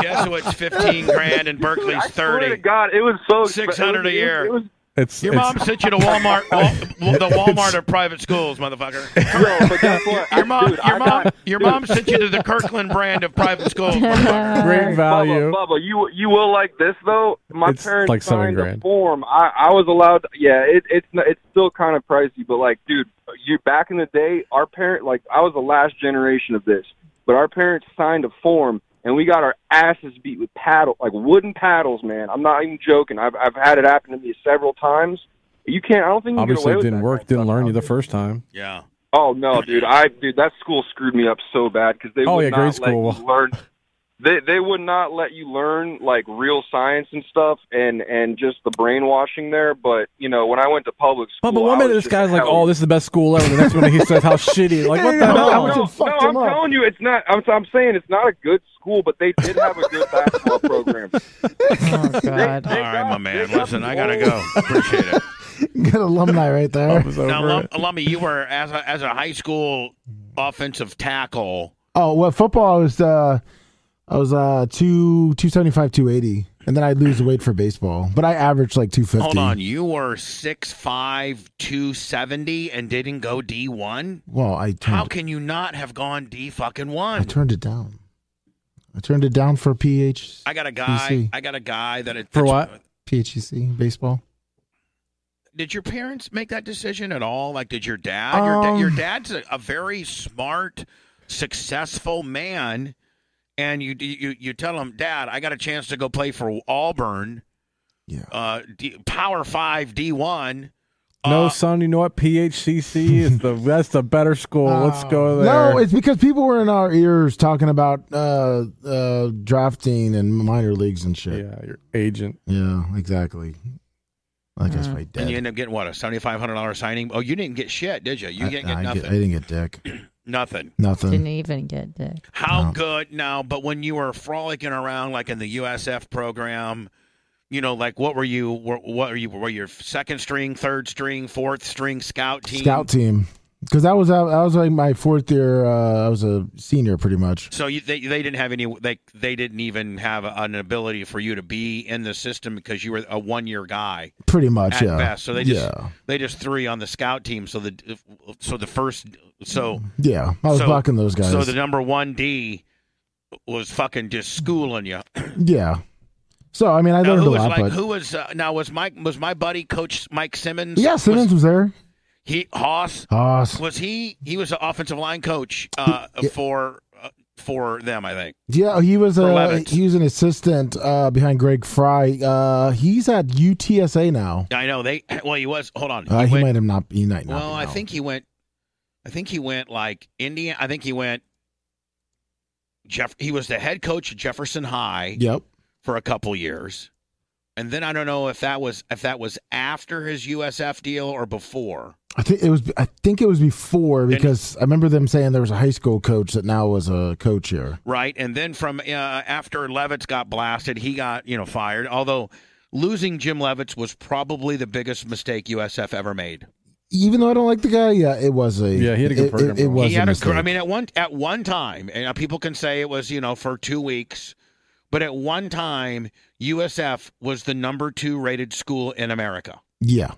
Speaker 1: Jesuits, fifteen grand, and Berkeley's
Speaker 10: I swear to
Speaker 1: thirty.
Speaker 10: God, it was so expen-
Speaker 1: 600 a
Speaker 10: it was-
Speaker 1: year.
Speaker 10: It was,
Speaker 3: It's,
Speaker 1: Your
Speaker 3: it's
Speaker 1: mom sent you to Walmart, Wal- the Walmart of private schools, motherfucker.
Speaker 10: no, but guess what? I-
Speaker 1: Your mom,
Speaker 10: dude, I
Speaker 1: your mom,
Speaker 10: got-
Speaker 1: your mom sent you to the Kirkland brand of private schools. motherfucker.
Speaker 3: great value.
Speaker 10: Bubba, Bubba, you you will like this though. My
Speaker 3: It's
Speaker 10: parents
Speaker 3: like seven
Speaker 10: signed
Speaker 3: grand.
Speaker 10: a form. I I was allowed. To, yeah, it, it's n- it's still kind of pricey, but like, dude, you back in the day, our parent like I was the last generation of this, but our parents signed a form. And we got our asses beat with paddle, like wooden paddles, man. I'm not even joking. I've I've had it happen to me several times. You can't. I don't think you can get
Speaker 3: Obviously,
Speaker 10: away
Speaker 3: it
Speaker 10: with
Speaker 3: didn't
Speaker 10: that
Speaker 3: work.
Speaker 10: kind of
Speaker 3: Didn't
Speaker 10: stuff
Speaker 3: learn
Speaker 10: now.
Speaker 3: you the first time.
Speaker 1: Yeah.
Speaker 10: Oh no, dude! I dude, that school screwed me up so bad because they
Speaker 3: Oh,
Speaker 10: would
Speaker 3: yeah,
Speaker 10: not
Speaker 3: grade
Speaker 10: let
Speaker 3: school.
Speaker 10: you learn. They they would not let you learn like real science and stuff, and and just the brainwashing there. But you know, when I went to public school,
Speaker 3: But, but one
Speaker 10: I
Speaker 3: minute this
Speaker 10: was just
Speaker 3: guy's like,
Speaker 10: hell-
Speaker 3: "Oh, this is the best school ever." The next minute he says, "How shitty!" Like, what the
Speaker 5: No,
Speaker 10: No,
Speaker 3: hell?
Speaker 5: I
Speaker 10: no,
Speaker 5: would've fucked
Speaker 10: no,
Speaker 5: him
Speaker 10: I'm
Speaker 5: up.
Speaker 10: telling you, it's not. I'm, I'm saying it's not a good school, but they did have a good basketball program.
Speaker 2: Oh, God.
Speaker 1: All right, my man. Listen, I gotta go. Appreciate it.
Speaker 5: Good alumni right there.
Speaker 1: Now, Lum- Lummy, you were as a, as a high school offensive tackle.
Speaker 5: Oh well, football. I was uh, I was uh two two seventy five two eighty, and then I lose the weight for baseball, but I averaged like two fifty.
Speaker 1: Hold on, you were 6'5", 270 and didn't go D one.
Speaker 5: Well, I
Speaker 1: How
Speaker 5: turned
Speaker 1: can you not have gone D fucking
Speaker 5: I
Speaker 1: one?
Speaker 5: turned it down. I turned it down for PH
Speaker 1: I got a guy.
Speaker 5: PC.
Speaker 1: I got a guy that it,
Speaker 3: For what?
Speaker 5: PHEC E baseball.
Speaker 1: Did your parents make that decision at all? Like, did your dad? your, da-
Speaker 5: Um,
Speaker 1: your dad's a, a very smart, successful man, and you you you tell him, Dad, I got a chance to go play for Auburn,
Speaker 5: Yeah.
Speaker 1: uh, D, Power Five D one.
Speaker 10: Uh,
Speaker 1: uh,
Speaker 3: No, son, you know what? PHCC is the that's the better school. Let's go
Speaker 10: Uh,
Speaker 3: there.
Speaker 5: Uh, No, it's because people were in our ears talking about uh, uh, drafting and minor leagues and shit.
Speaker 3: yeah, your agent.
Speaker 5: Yeah, exactly. I guess my dad.
Speaker 1: Mm. And you end up getting what a seventy five hundred dollars signing. Oh, you didn't get shit, did you? You
Speaker 5: I,
Speaker 1: didn't
Speaker 5: I
Speaker 1: get nothing.
Speaker 5: I didn't get dick.
Speaker 1: nothing.
Speaker 5: Nothing.
Speaker 2: Didn't even get dick.
Speaker 1: How
Speaker 5: No.
Speaker 1: good now? But when you were frolicking around, like in the USF program, you know, like what were you? Were, what were you? Were your second string, third string, fourth string scout team?
Speaker 5: Scout team. because that was that was like my fourth year. Uh, I was a senior, pretty much.
Speaker 1: So you, they they didn't have any they they didn't even have an ability for you to be in the system because you were a one year guy
Speaker 5: Pretty much,
Speaker 1: at
Speaker 5: yeah.
Speaker 1: best. So they just
Speaker 5: yeah,
Speaker 1: they just threw you on the scout team. So the so the first so
Speaker 5: yeah. I was
Speaker 1: so-
Speaker 5: blocking those guys.
Speaker 1: so the number one D was fucking just schooling you.
Speaker 5: yeah. So I mean, I
Speaker 1: Now,
Speaker 5: learned
Speaker 1: who
Speaker 5: a
Speaker 1: was
Speaker 5: lot,
Speaker 1: like
Speaker 5: but
Speaker 1: who was uh, now was Mike was my buddy Coach Mike Simmons?
Speaker 5: yeah, Simmons was, there.
Speaker 1: He Haas
Speaker 5: Hoss.
Speaker 1: was he he was an offensive line coach uh, for uh, for them. I think
Speaker 5: Yeah, he was
Speaker 1: For
Speaker 5: a
Speaker 1: Levitt.
Speaker 5: he was an assistant uh, behind Greg Fry. Uh, he's at UTSA now.
Speaker 1: I know they. Well, he was. Hold on.
Speaker 5: Uh, he
Speaker 1: went-
Speaker 5: might have not. He might not.
Speaker 1: Well,
Speaker 5: be
Speaker 1: I
Speaker 5: now.
Speaker 1: think he went. I think he went like Indian. I think he went. Jeff. He was the head coach at Jefferson High
Speaker 5: Yep.
Speaker 1: for a couple years, and then I don't know if that was if that was after his USF deal or before.
Speaker 5: I think it was. I think it was before
Speaker 1: he-
Speaker 5: because I remember them saying there was a high school coach that now was a coach here.
Speaker 1: Right, and then from uh, after Levitz got blasted, he got you know fired. Although losing Jim Levitz was probably the biggest mistake USF ever made.
Speaker 5: Even though I don't like the guy, yeah, it was a
Speaker 3: Yeah, he had a good
Speaker 5: it- it-
Speaker 3: program,
Speaker 5: It,
Speaker 3: bro.
Speaker 5: was
Speaker 1: he had
Speaker 5: a
Speaker 1: a cr-
Speaker 5: mistake.
Speaker 1: I mean, at one at one time, and uh, people can say it was you know for two weeks, but at one time USF was the number two rated school in America.
Speaker 5: yeah,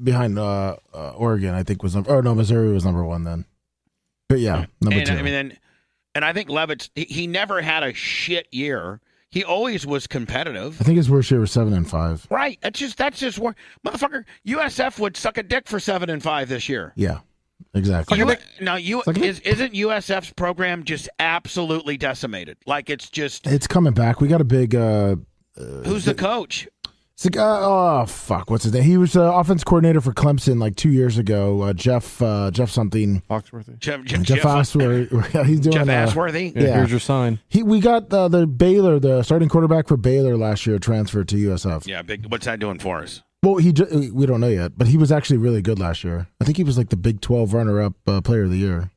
Speaker 5: behind uh, uh, Oregon, I think was number. Oh no, Missouri was number one then. But yeah, number
Speaker 1: and
Speaker 5: two.
Speaker 1: I mean, and, and I think Levitz he, he never had a shit year. He always was competitive.
Speaker 5: I think his worst year was seven and five.
Speaker 1: Right. That's just that's just where motherfucker USF would suck a dick for seven and five this year.
Speaker 5: Yeah, exactly.
Speaker 1: You- now you
Speaker 5: Suck a dick.
Speaker 1: is, isn't USF's program just absolutely decimated? Like it's just
Speaker 5: It's coming back. We got a big. Uh,
Speaker 1: who's the coach?
Speaker 5: it's like, uh, oh fuck! What's his name? He was uh, offense coordinator for Clemson like two years ago. Uh, Jeff uh, Jeff something.
Speaker 3: Foxworthy.
Speaker 1: Jeff Jeff,
Speaker 5: Jeff, Osworth. he's doing
Speaker 1: Jeff
Speaker 5: uh,
Speaker 1: Asworthy.
Speaker 3: Yeah,
Speaker 5: Yeah.
Speaker 3: Here's your sign.
Speaker 5: He we got uh, the Baylor, the starting quarterback for Baylor last year, transferred to USF.
Speaker 1: Yeah, big. What's that doing for us?
Speaker 5: Well, he ju- we don't know yet, but he was actually really good last year. I think he was like the Big Twelve runner-up uh, player of the year.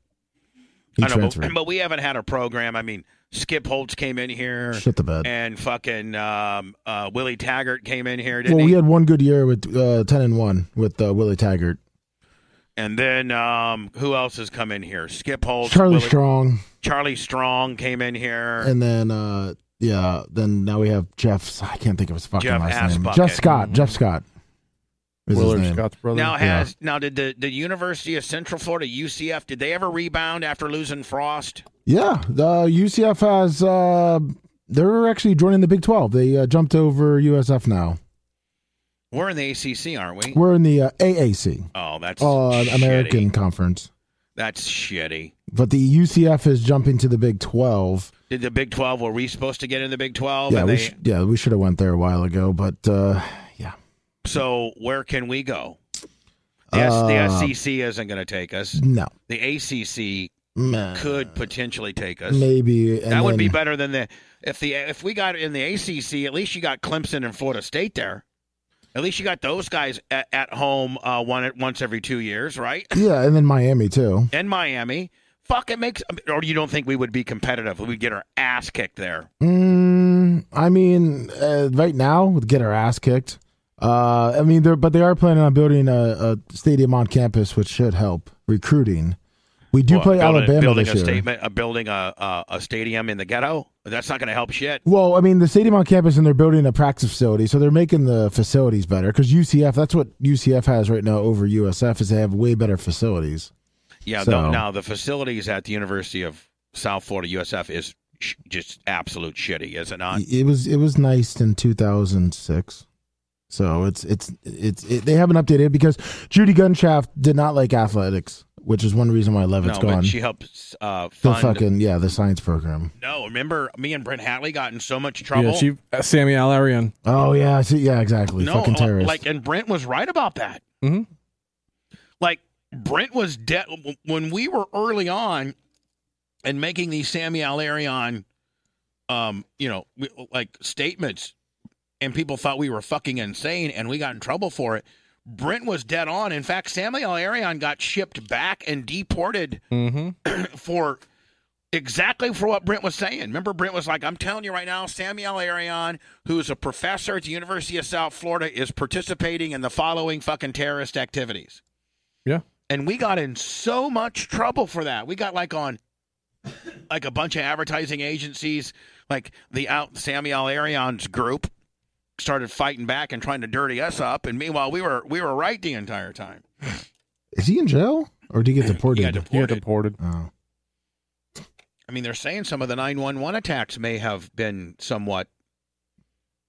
Speaker 5: He
Speaker 1: I know,
Speaker 5: transferred.
Speaker 1: but, but we haven't had a program. I mean, Skip Holtz came in here,
Speaker 5: Shit the bed.
Speaker 1: and fucking um, uh, Willie Taggart came in here, didn't
Speaker 5: Well, we
Speaker 1: he?
Speaker 5: had one good year with uh, ten and one with uh, Willie Taggart,
Speaker 1: and then um, who else has come in here? Skip Holtz,
Speaker 5: Charlie
Speaker 1: Oh, Willie-
Speaker 5: Strong,
Speaker 1: Charlie Strong came in here.
Speaker 5: and then uh, yeah, then now we have Jeff's. I can't think of his fucking
Speaker 1: Jeff Mm-hmm.
Speaker 5: last name.
Speaker 1: Assbucket.
Speaker 5: Jeff Scott. Jeff Scott. Is his
Speaker 3: Willard
Speaker 5: name.
Speaker 3: Scott's brother.
Speaker 1: now has now did the the University of Central Florida UCF did they ever rebound after losing Frost?
Speaker 5: Yeah, the UCF has. Uh, they're actually joining the Big Twelve. They uh, jumped over USF now.
Speaker 1: We're in the ACC, aren't we?
Speaker 5: We're in the uh, AAC,
Speaker 1: oh, that's
Speaker 5: uh,
Speaker 1: shitty.
Speaker 5: American Conference,
Speaker 1: That's shitty.
Speaker 5: but the UCF is jumping to the Big Twelve.
Speaker 1: Did the Big Twelve? Were we supposed to get in the Big Twelve?
Speaker 5: yeah,
Speaker 1: and
Speaker 5: we
Speaker 1: Oh, they-
Speaker 5: sh- yeah we should have went there a while ago, but uh, yeah,
Speaker 1: So where can we go? The, S-
Speaker 5: Uh,
Speaker 1: the SEC isn't going to take us.
Speaker 5: no,
Speaker 1: The ACC
Speaker 5: Meh.
Speaker 1: could potentially take us.
Speaker 5: maybe uh, and
Speaker 1: that would be
Speaker 5: then-
Speaker 1: better than the if the if we got in the ACC. At least you got Clemson and Florida State there. At least you got those guys at, at home uh, one once every two years, right?
Speaker 5: yeah, and then Miami too.
Speaker 1: And Miami. Fuck, it makes. Or you don't think we would be competitive? We'd get our ass kicked there.
Speaker 5: Mm, I mean, uh, right now we'd get our ass kicked. Uh, I mean, they're but they are planning on building a, a stadium on campus, which should help recruiting. We do
Speaker 1: Well,
Speaker 5: play
Speaker 1: building-
Speaker 5: Alabama
Speaker 1: building
Speaker 5: this
Speaker 1: a
Speaker 5: year.
Speaker 1: statement, uh, building a, a a stadium in the ghetto. That's not going to help shit.
Speaker 5: Well, I mean, the stadium on campus and they're building a practice facility, so they're making the facilities better. Because UCF, that's what UCF has right now over USF, is they have way better facilities.
Speaker 1: Yeah,
Speaker 5: So-
Speaker 1: though now the facilities at the University of South Florida USF is sh- just absolute shitty, is it not?
Speaker 5: it was it was nice in 2006, so it's it's it's it, they haven't updated it because Judy Gunshaft did not like athletics, which is one reason why
Speaker 1: no,
Speaker 5: Levitt's gone.
Speaker 1: but she helps uh,
Speaker 5: the
Speaker 1: fund.
Speaker 5: fucking yeah, the science program.
Speaker 1: no, remember me and Brent Hatley got in so much trouble.
Speaker 3: Yeah, she, uh, Sammy Alarian.
Speaker 5: Oh yeah, I see, yeah, exactly.
Speaker 1: no,
Speaker 5: fucking
Speaker 1: uh,
Speaker 5: terrorist.
Speaker 1: like, and Brent was right about that.
Speaker 3: Mhm.
Speaker 1: Like Brent was de- when we were early on and making these Sammy Alarion, um, you know, we- like statements, and people thought we were fucking insane, and we got in trouble for it. Brent was dead on. In fact, Sammy Alarion got shipped back and deported
Speaker 3: Mm-hmm.
Speaker 1: for exactly for what Brent was saying. Remember, Brent was like, I'm telling you right now, Samuel Arion, who's a professor at the University of South Florida, is participating in the following fucking terrorist activities.
Speaker 3: Yeah.
Speaker 1: and we got in so much trouble for that. We got like on like a bunch of advertising agencies, like the out Samuel Arion's group started fighting back and trying to dirty us up, and meanwhile we were we were right the entire time.
Speaker 5: Is he in jail or did he get
Speaker 1: He
Speaker 5: deported?
Speaker 1: got
Speaker 3: You got
Speaker 1: deported.
Speaker 3: deported.
Speaker 5: oh.
Speaker 1: I mean, they're saying some of the nine one one attacks may have been somewhat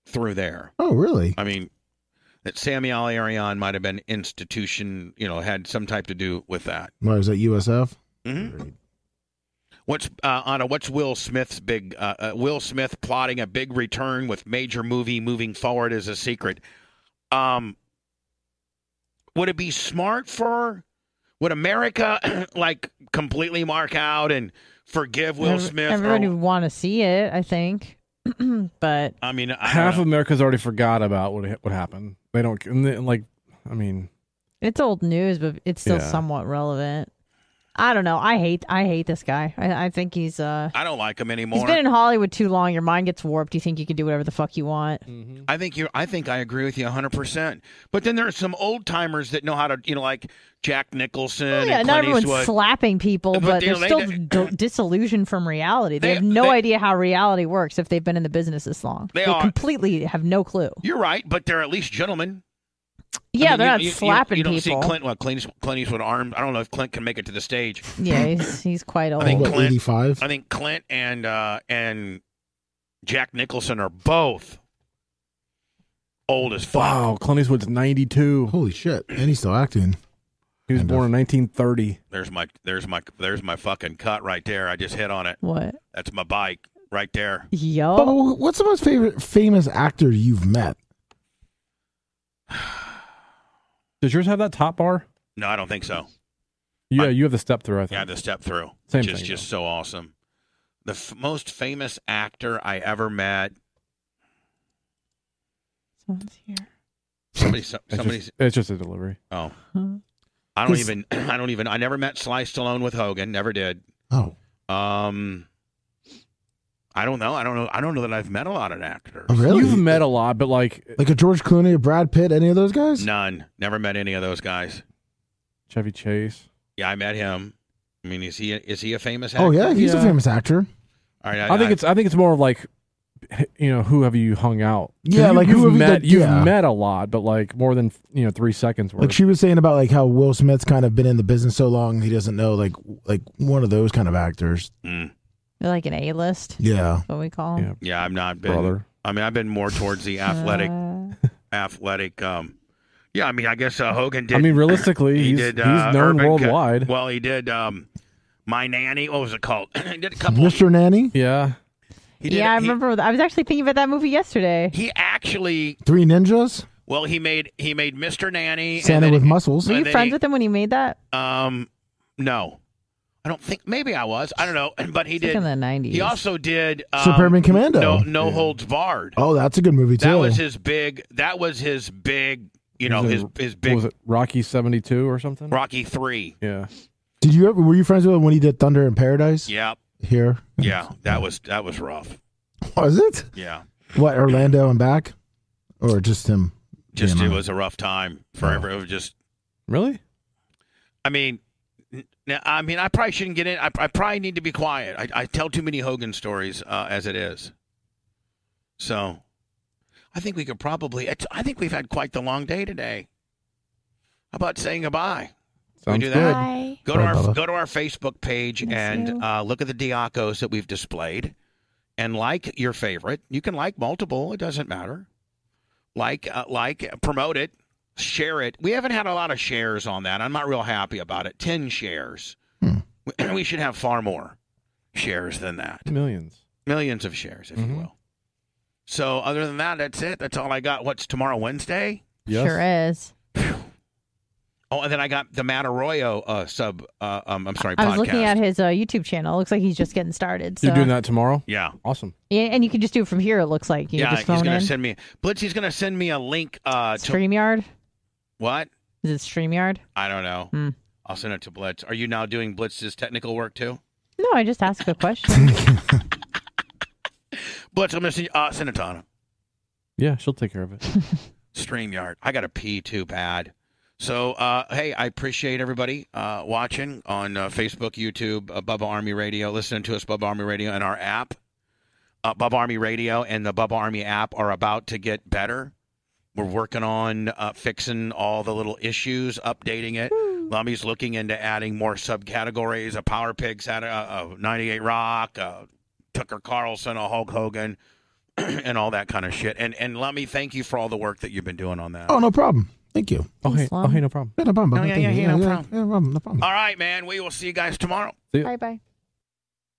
Speaker 1: through there.
Speaker 5: oh, really?
Speaker 1: I mean, that Samuel Arion might have been institution, you know, had some type to do with that.
Speaker 5: Why is that USF?
Speaker 1: Mm-hmm. What's uh, Anna? What's Will Smith's big? Uh, uh, Will Smith plotting a big return with major movie moving forward is a secret. Um, would it be smart for? Would America like completely mark out and forgive Will
Speaker 2: Ev-
Speaker 1: Smith? oh. or-
Speaker 2: Everybody would want to see it, I think. but
Speaker 1: I mean, I
Speaker 3: Half
Speaker 1: half
Speaker 3: of America's already forgot about what what happened. They don't and they- like. I mean,
Speaker 2: it's old news, but it's still
Speaker 3: Yeah.
Speaker 2: somewhat relevant. I don't know. I hate I hate this guy. I, I think he's uh
Speaker 1: I don't like him
Speaker 2: he's
Speaker 1: anymore.
Speaker 2: been in Hollywood too long. Your mind gets warped. You think you can do whatever the fuck you want.
Speaker 10: Mm-hmm.
Speaker 1: I think you. I think I agree with you 100. percent But then there are some old timers that know how to, you know, like Jack Nicholson.
Speaker 2: Oh,
Speaker 1: and
Speaker 2: yeah, not
Speaker 1: Clint
Speaker 2: everyone's
Speaker 1: Eastwood.
Speaker 2: slapping people,
Speaker 1: But
Speaker 2: but,
Speaker 1: they-
Speaker 2: they're
Speaker 1: they-
Speaker 2: still
Speaker 1: they-
Speaker 2: d- disillusioned from reality. They,
Speaker 1: They-
Speaker 2: have no
Speaker 1: they-
Speaker 2: idea how reality works if they've been in the business this long.
Speaker 1: They are-
Speaker 2: completely have no clue.
Speaker 1: You're right, but they're at least gentlemen.
Speaker 2: Yeah,
Speaker 1: I mean,
Speaker 2: they're
Speaker 1: you-
Speaker 2: not
Speaker 1: you- you-
Speaker 2: slapping
Speaker 1: you don't
Speaker 2: people.
Speaker 1: See Clint, well, Clint, Eastwood- Clint Eastwood armed. I don't know if Clint can make it to the stage.
Speaker 2: Yeah, he's, he's quite old.
Speaker 1: I think
Speaker 5: Oh, what,
Speaker 1: Clint-
Speaker 5: 85?
Speaker 1: I think Clint and uh, and Jack Nicholson are both old as fuck.
Speaker 3: wow, Clint Eastwood's ninety two.
Speaker 5: Holy shit. And he's still acting.
Speaker 3: He was
Speaker 5: Kind
Speaker 3: born in nineteen thirty.
Speaker 1: There's my there's my there's my fucking cut right there. I just hit on it.
Speaker 2: what?
Speaker 1: That's my bike right there.
Speaker 5: But
Speaker 2: Yo,
Speaker 5: wh- what's the most favorite famous actor you've met?
Speaker 3: Does yours have that top bar?
Speaker 1: No, I don't think so.
Speaker 3: Yeah,
Speaker 1: I-
Speaker 3: you have the step through. I think.
Speaker 1: Yeah, the step through.
Speaker 3: Same
Speaker 1: just
Speaker 3: thing,
Speaker 1: just so awesome. The f- most famous actor I ever met.
Speaker 2: someone's here.
Speaker 1: Somebody so-
Speaker 3: it's,
Speaker 1: somebody
Speaker 3: just, it's just a delivery.
Speaker 1: oh.
Speaker 2: Huh?
Speaker 1: I don't
Speaker 5: Cause-
Speaker 1: even. I don't even. I never met Sly Stallone with Hogan. Never did.
Speaker 5: Oh,
Speaker 1: Um, I don't know. I don't know. I don't know that I've met a lot of actors.
Speaker 5: really?
Speaker 3: You've met a lot, but like
Speaker 5: like a George Clooney, a Brad Pitt, any of those guys?
Speaker 1: None. Never met any of those guys.
Speaker 3: Chevy Chase.
Speaker 1: Yeah, I met him. I mean, is he is he a famous actor?
Speaker 5: Oh yeah, he's a
Speaker 3: Yeah.
Speaker 5: famous actor.
Speaker 1: All right.
Speaker 3: I, think it's. I think it's more of like, you know, who have you hung out? 'Cause
Speaker 5: Yeah,
Speaker 3: you,
Speaker 5: like,
Speaker 3: you've
Speaker 5: who have you-
Speaker 3: met.
Speaker 5: like,
Speaker 3: you've
Speaker 5: yeah.
Speaker 3: met a lot, but like more than you know, three seconds worth.
Speaker 5: Like she was saying about like how Will Smith's kind of been in the business so long he doesn't know like like one of those kind of actors.
Speaker 1: Mm.
Speaker 2: They're like an A-list.
Speaker 5: Yeah.
Speaker 2: What we call
Speaker 3: yeah,
Speaker 2: them.
Speaker 1: yeah, I'm not been.
Speaker 3: brother.
Speaker 1: I mean, I've been more towards the athletic.
Speaker 2: Uh,
Speaker 1: athletic. Um, yeah, I mean, I guess uh, Hogan did.
Speaker 3: I mean, realistically,
Speaker 1: he
Speaker 3: he's
Speaker 1: did,
Speaker 3: he's
Speaker 1: uh,
Speaker 3: known
Speaker 1: Urban Co-
Speaker 3: worldwide.
Speaker 1: well, he did. Um, my nanny. What was it called? he did a couple.
Speaker 5: Mr. Nanny,
Speaker 3: yeah,
Speaker 1: He did,
Speaker 2: yeah, I
Speaker 1: he-
Speaker 2: remember. I was actually thinking about that movie yesterday.
Speaker 1: He actually.
Speaker 5: Three Ninjas,
Speaker 1: Well, he made he made Mr. Nanny. and
Speaker 5: Santa
Speaker 1: then
Speaker 5: with
Speaker 1: he-
Speaker 5: Muscles.
Speaker 2: Were
Speaker 1: and
Speaker 2: you
Speaker 1: then
Speaker 2: friends
Speaker 1: he-
Speaker 2: with him when he made that?
Speaker 1: Um, no, I don't think. Maybe I was. I don't know. But he
Speaker 2: It's like
Speaker 1: did.
Speaker 2: in the nineties.
Speaker 1: He also did um,
Speaker 5: Suburban Commando.
Speaker 1: No, no holds barred.
Speaker 5: Oh, that's a good movie too.
Speaker 1: that was his big. That was his big. You know, his
Speaker 3: He's in-
Speaker 1: his
Speaker 3: what was
Speaker 1: big
Speaker 3: it Rocky seventy two or something?
Speaker 1: Rocky three.
Speaker 3: Yeah,
Speaker 5: Did you ever were you friends with him when he did Thunder in Paradise?
Speaker 1: Yeah,
Speaker 5: Here.
Speaker 1: yeah. That was that was rough.
Speaker 5: Was it?
Speaker 1: Yeah,
Speaker 5: What, Orlando and back? Or just him?
Speaker 1: just
Speaker 5: being
Speaker 1: it
Speaker 5: on
Speaker 1: was a rough time for
Speaker 5: Oh.
Speaker 1: every. It was just.
Speaker 3: really?
Speaker 1: I mean. n- Now, I mean, I probably shouldn't get in. I, I probably need to be quiet. I, I tell too many Hogan stories uh, as it is. So, I think we could probably. It's, I think we've had quite the long day today. How about saying goodbye?
Speaker 3: Sounds
Speaker 1: do that?
Speaker 3: good.
Speaker 2: Hi.
Speaker 1: Go to
Speaker 5: Bye,
Speaker 1: our
Speaker 5: Bubba.
Speaker 1: go to our Facebook page
Speaker 2: Miss you.
Speaker 1: and uh, look at the Diacos that we've displayed, and like your favorite. You can like multiple; it doesn't matter. Like, uh, like, promote it, share it. We haven't had a lot of shares on that. I'm not real happy about it. Ten shares.
Speaker 5: Hmm.
Speaker 1: We- We should have far more shares than that.
Speaker 3: Millions.
Speaker 1: Millions of shares, if
Speaker 5: Mm-hmm.
Speaker 1: you
Speaker 3: Mhm.
Speaker 1: will. So, other than that, that's it. That's all I got. What's tomorrow, Wednesday?
Speaker 3: Yes.
Speaker 2: Sure is.
Speaker 1: Oh, and then I got the Matt Arroyo uh, sub. Uh, um, I'm sorry,
Speaker 2: I
Speaker 1: podcast.
Speaker 2: was looking at his uh, YouTube channel. It looks like he's just getting started. So.
Speaker 3: You're doing that tomorrow.
Speaker 1: Yeah.
Speaker 3: Awesome.
Speaker 2: Yeah, and you can just do it from here. It looks like you
Speaker 1: yeah,
Speaker 2: can just
Speaker 1: he's
Speaker 2: phone
Speaker 1: gonna
Speaker 2: in.
Speaker 1: send me Blitz. He's gonna send me a link. Uh, to
Speaker 2: Streamyard
Speaker 1: what?
Speaker 2: is it Streamyard?
Speaker 1: I don't know.
Speaker 2: Hmm.
Speaker 1: I'll send it to Blitz. Are you now doing Blitz's technical work too?
Speaker 2: No, I just asked a question.
Speaker 1: Blitz, I'm gonna send, uh, send it to Anna.
Speaker 3: Yeah, she'll take care of it.
Speaker 1: Streamyard. I gotta pee too bad. So, uh, hey, I appreciate everybody uh, watching on uh, Facebook, YouTube, uh, Bubba Army Radio, listening to us, Bubba Army Radio, and our app. Uh, Bubba Army Radio and the Bubba Army app are about to get better. We're working on uh, fixing all the little issues, updating it. Lummy's looking into adding more subcategories: a Power Pigs, had a, a 98 Rock, a Tucker Carlson, a Hulk Hogan, and all that kind of shit. And and Lummy, thank you for all the work that you've been doing on that.
Speaker 5: Oh, no problem. Thank you.
Speaker 3: Oh, hey,
Speaker 2: Thanks,
Speaker 3: oh,
Speaker 2: Lon.
Speaker 3: hey, no problem.
Speaker 5: Yeah, no problem.
Speaker 1: No,
Speaker 5: Bubba.
Speaker 1: yeah,
Speaker 5: Thank
Speaker 1: yeah,
Speaker 5: you.
Speaker 1: yeah, no problem.
Speaker 5: Yeah, no problem. No problem.
Speaker 1: All right, man. We will see you guys tomorrow.
Speaker 2: Bye bye.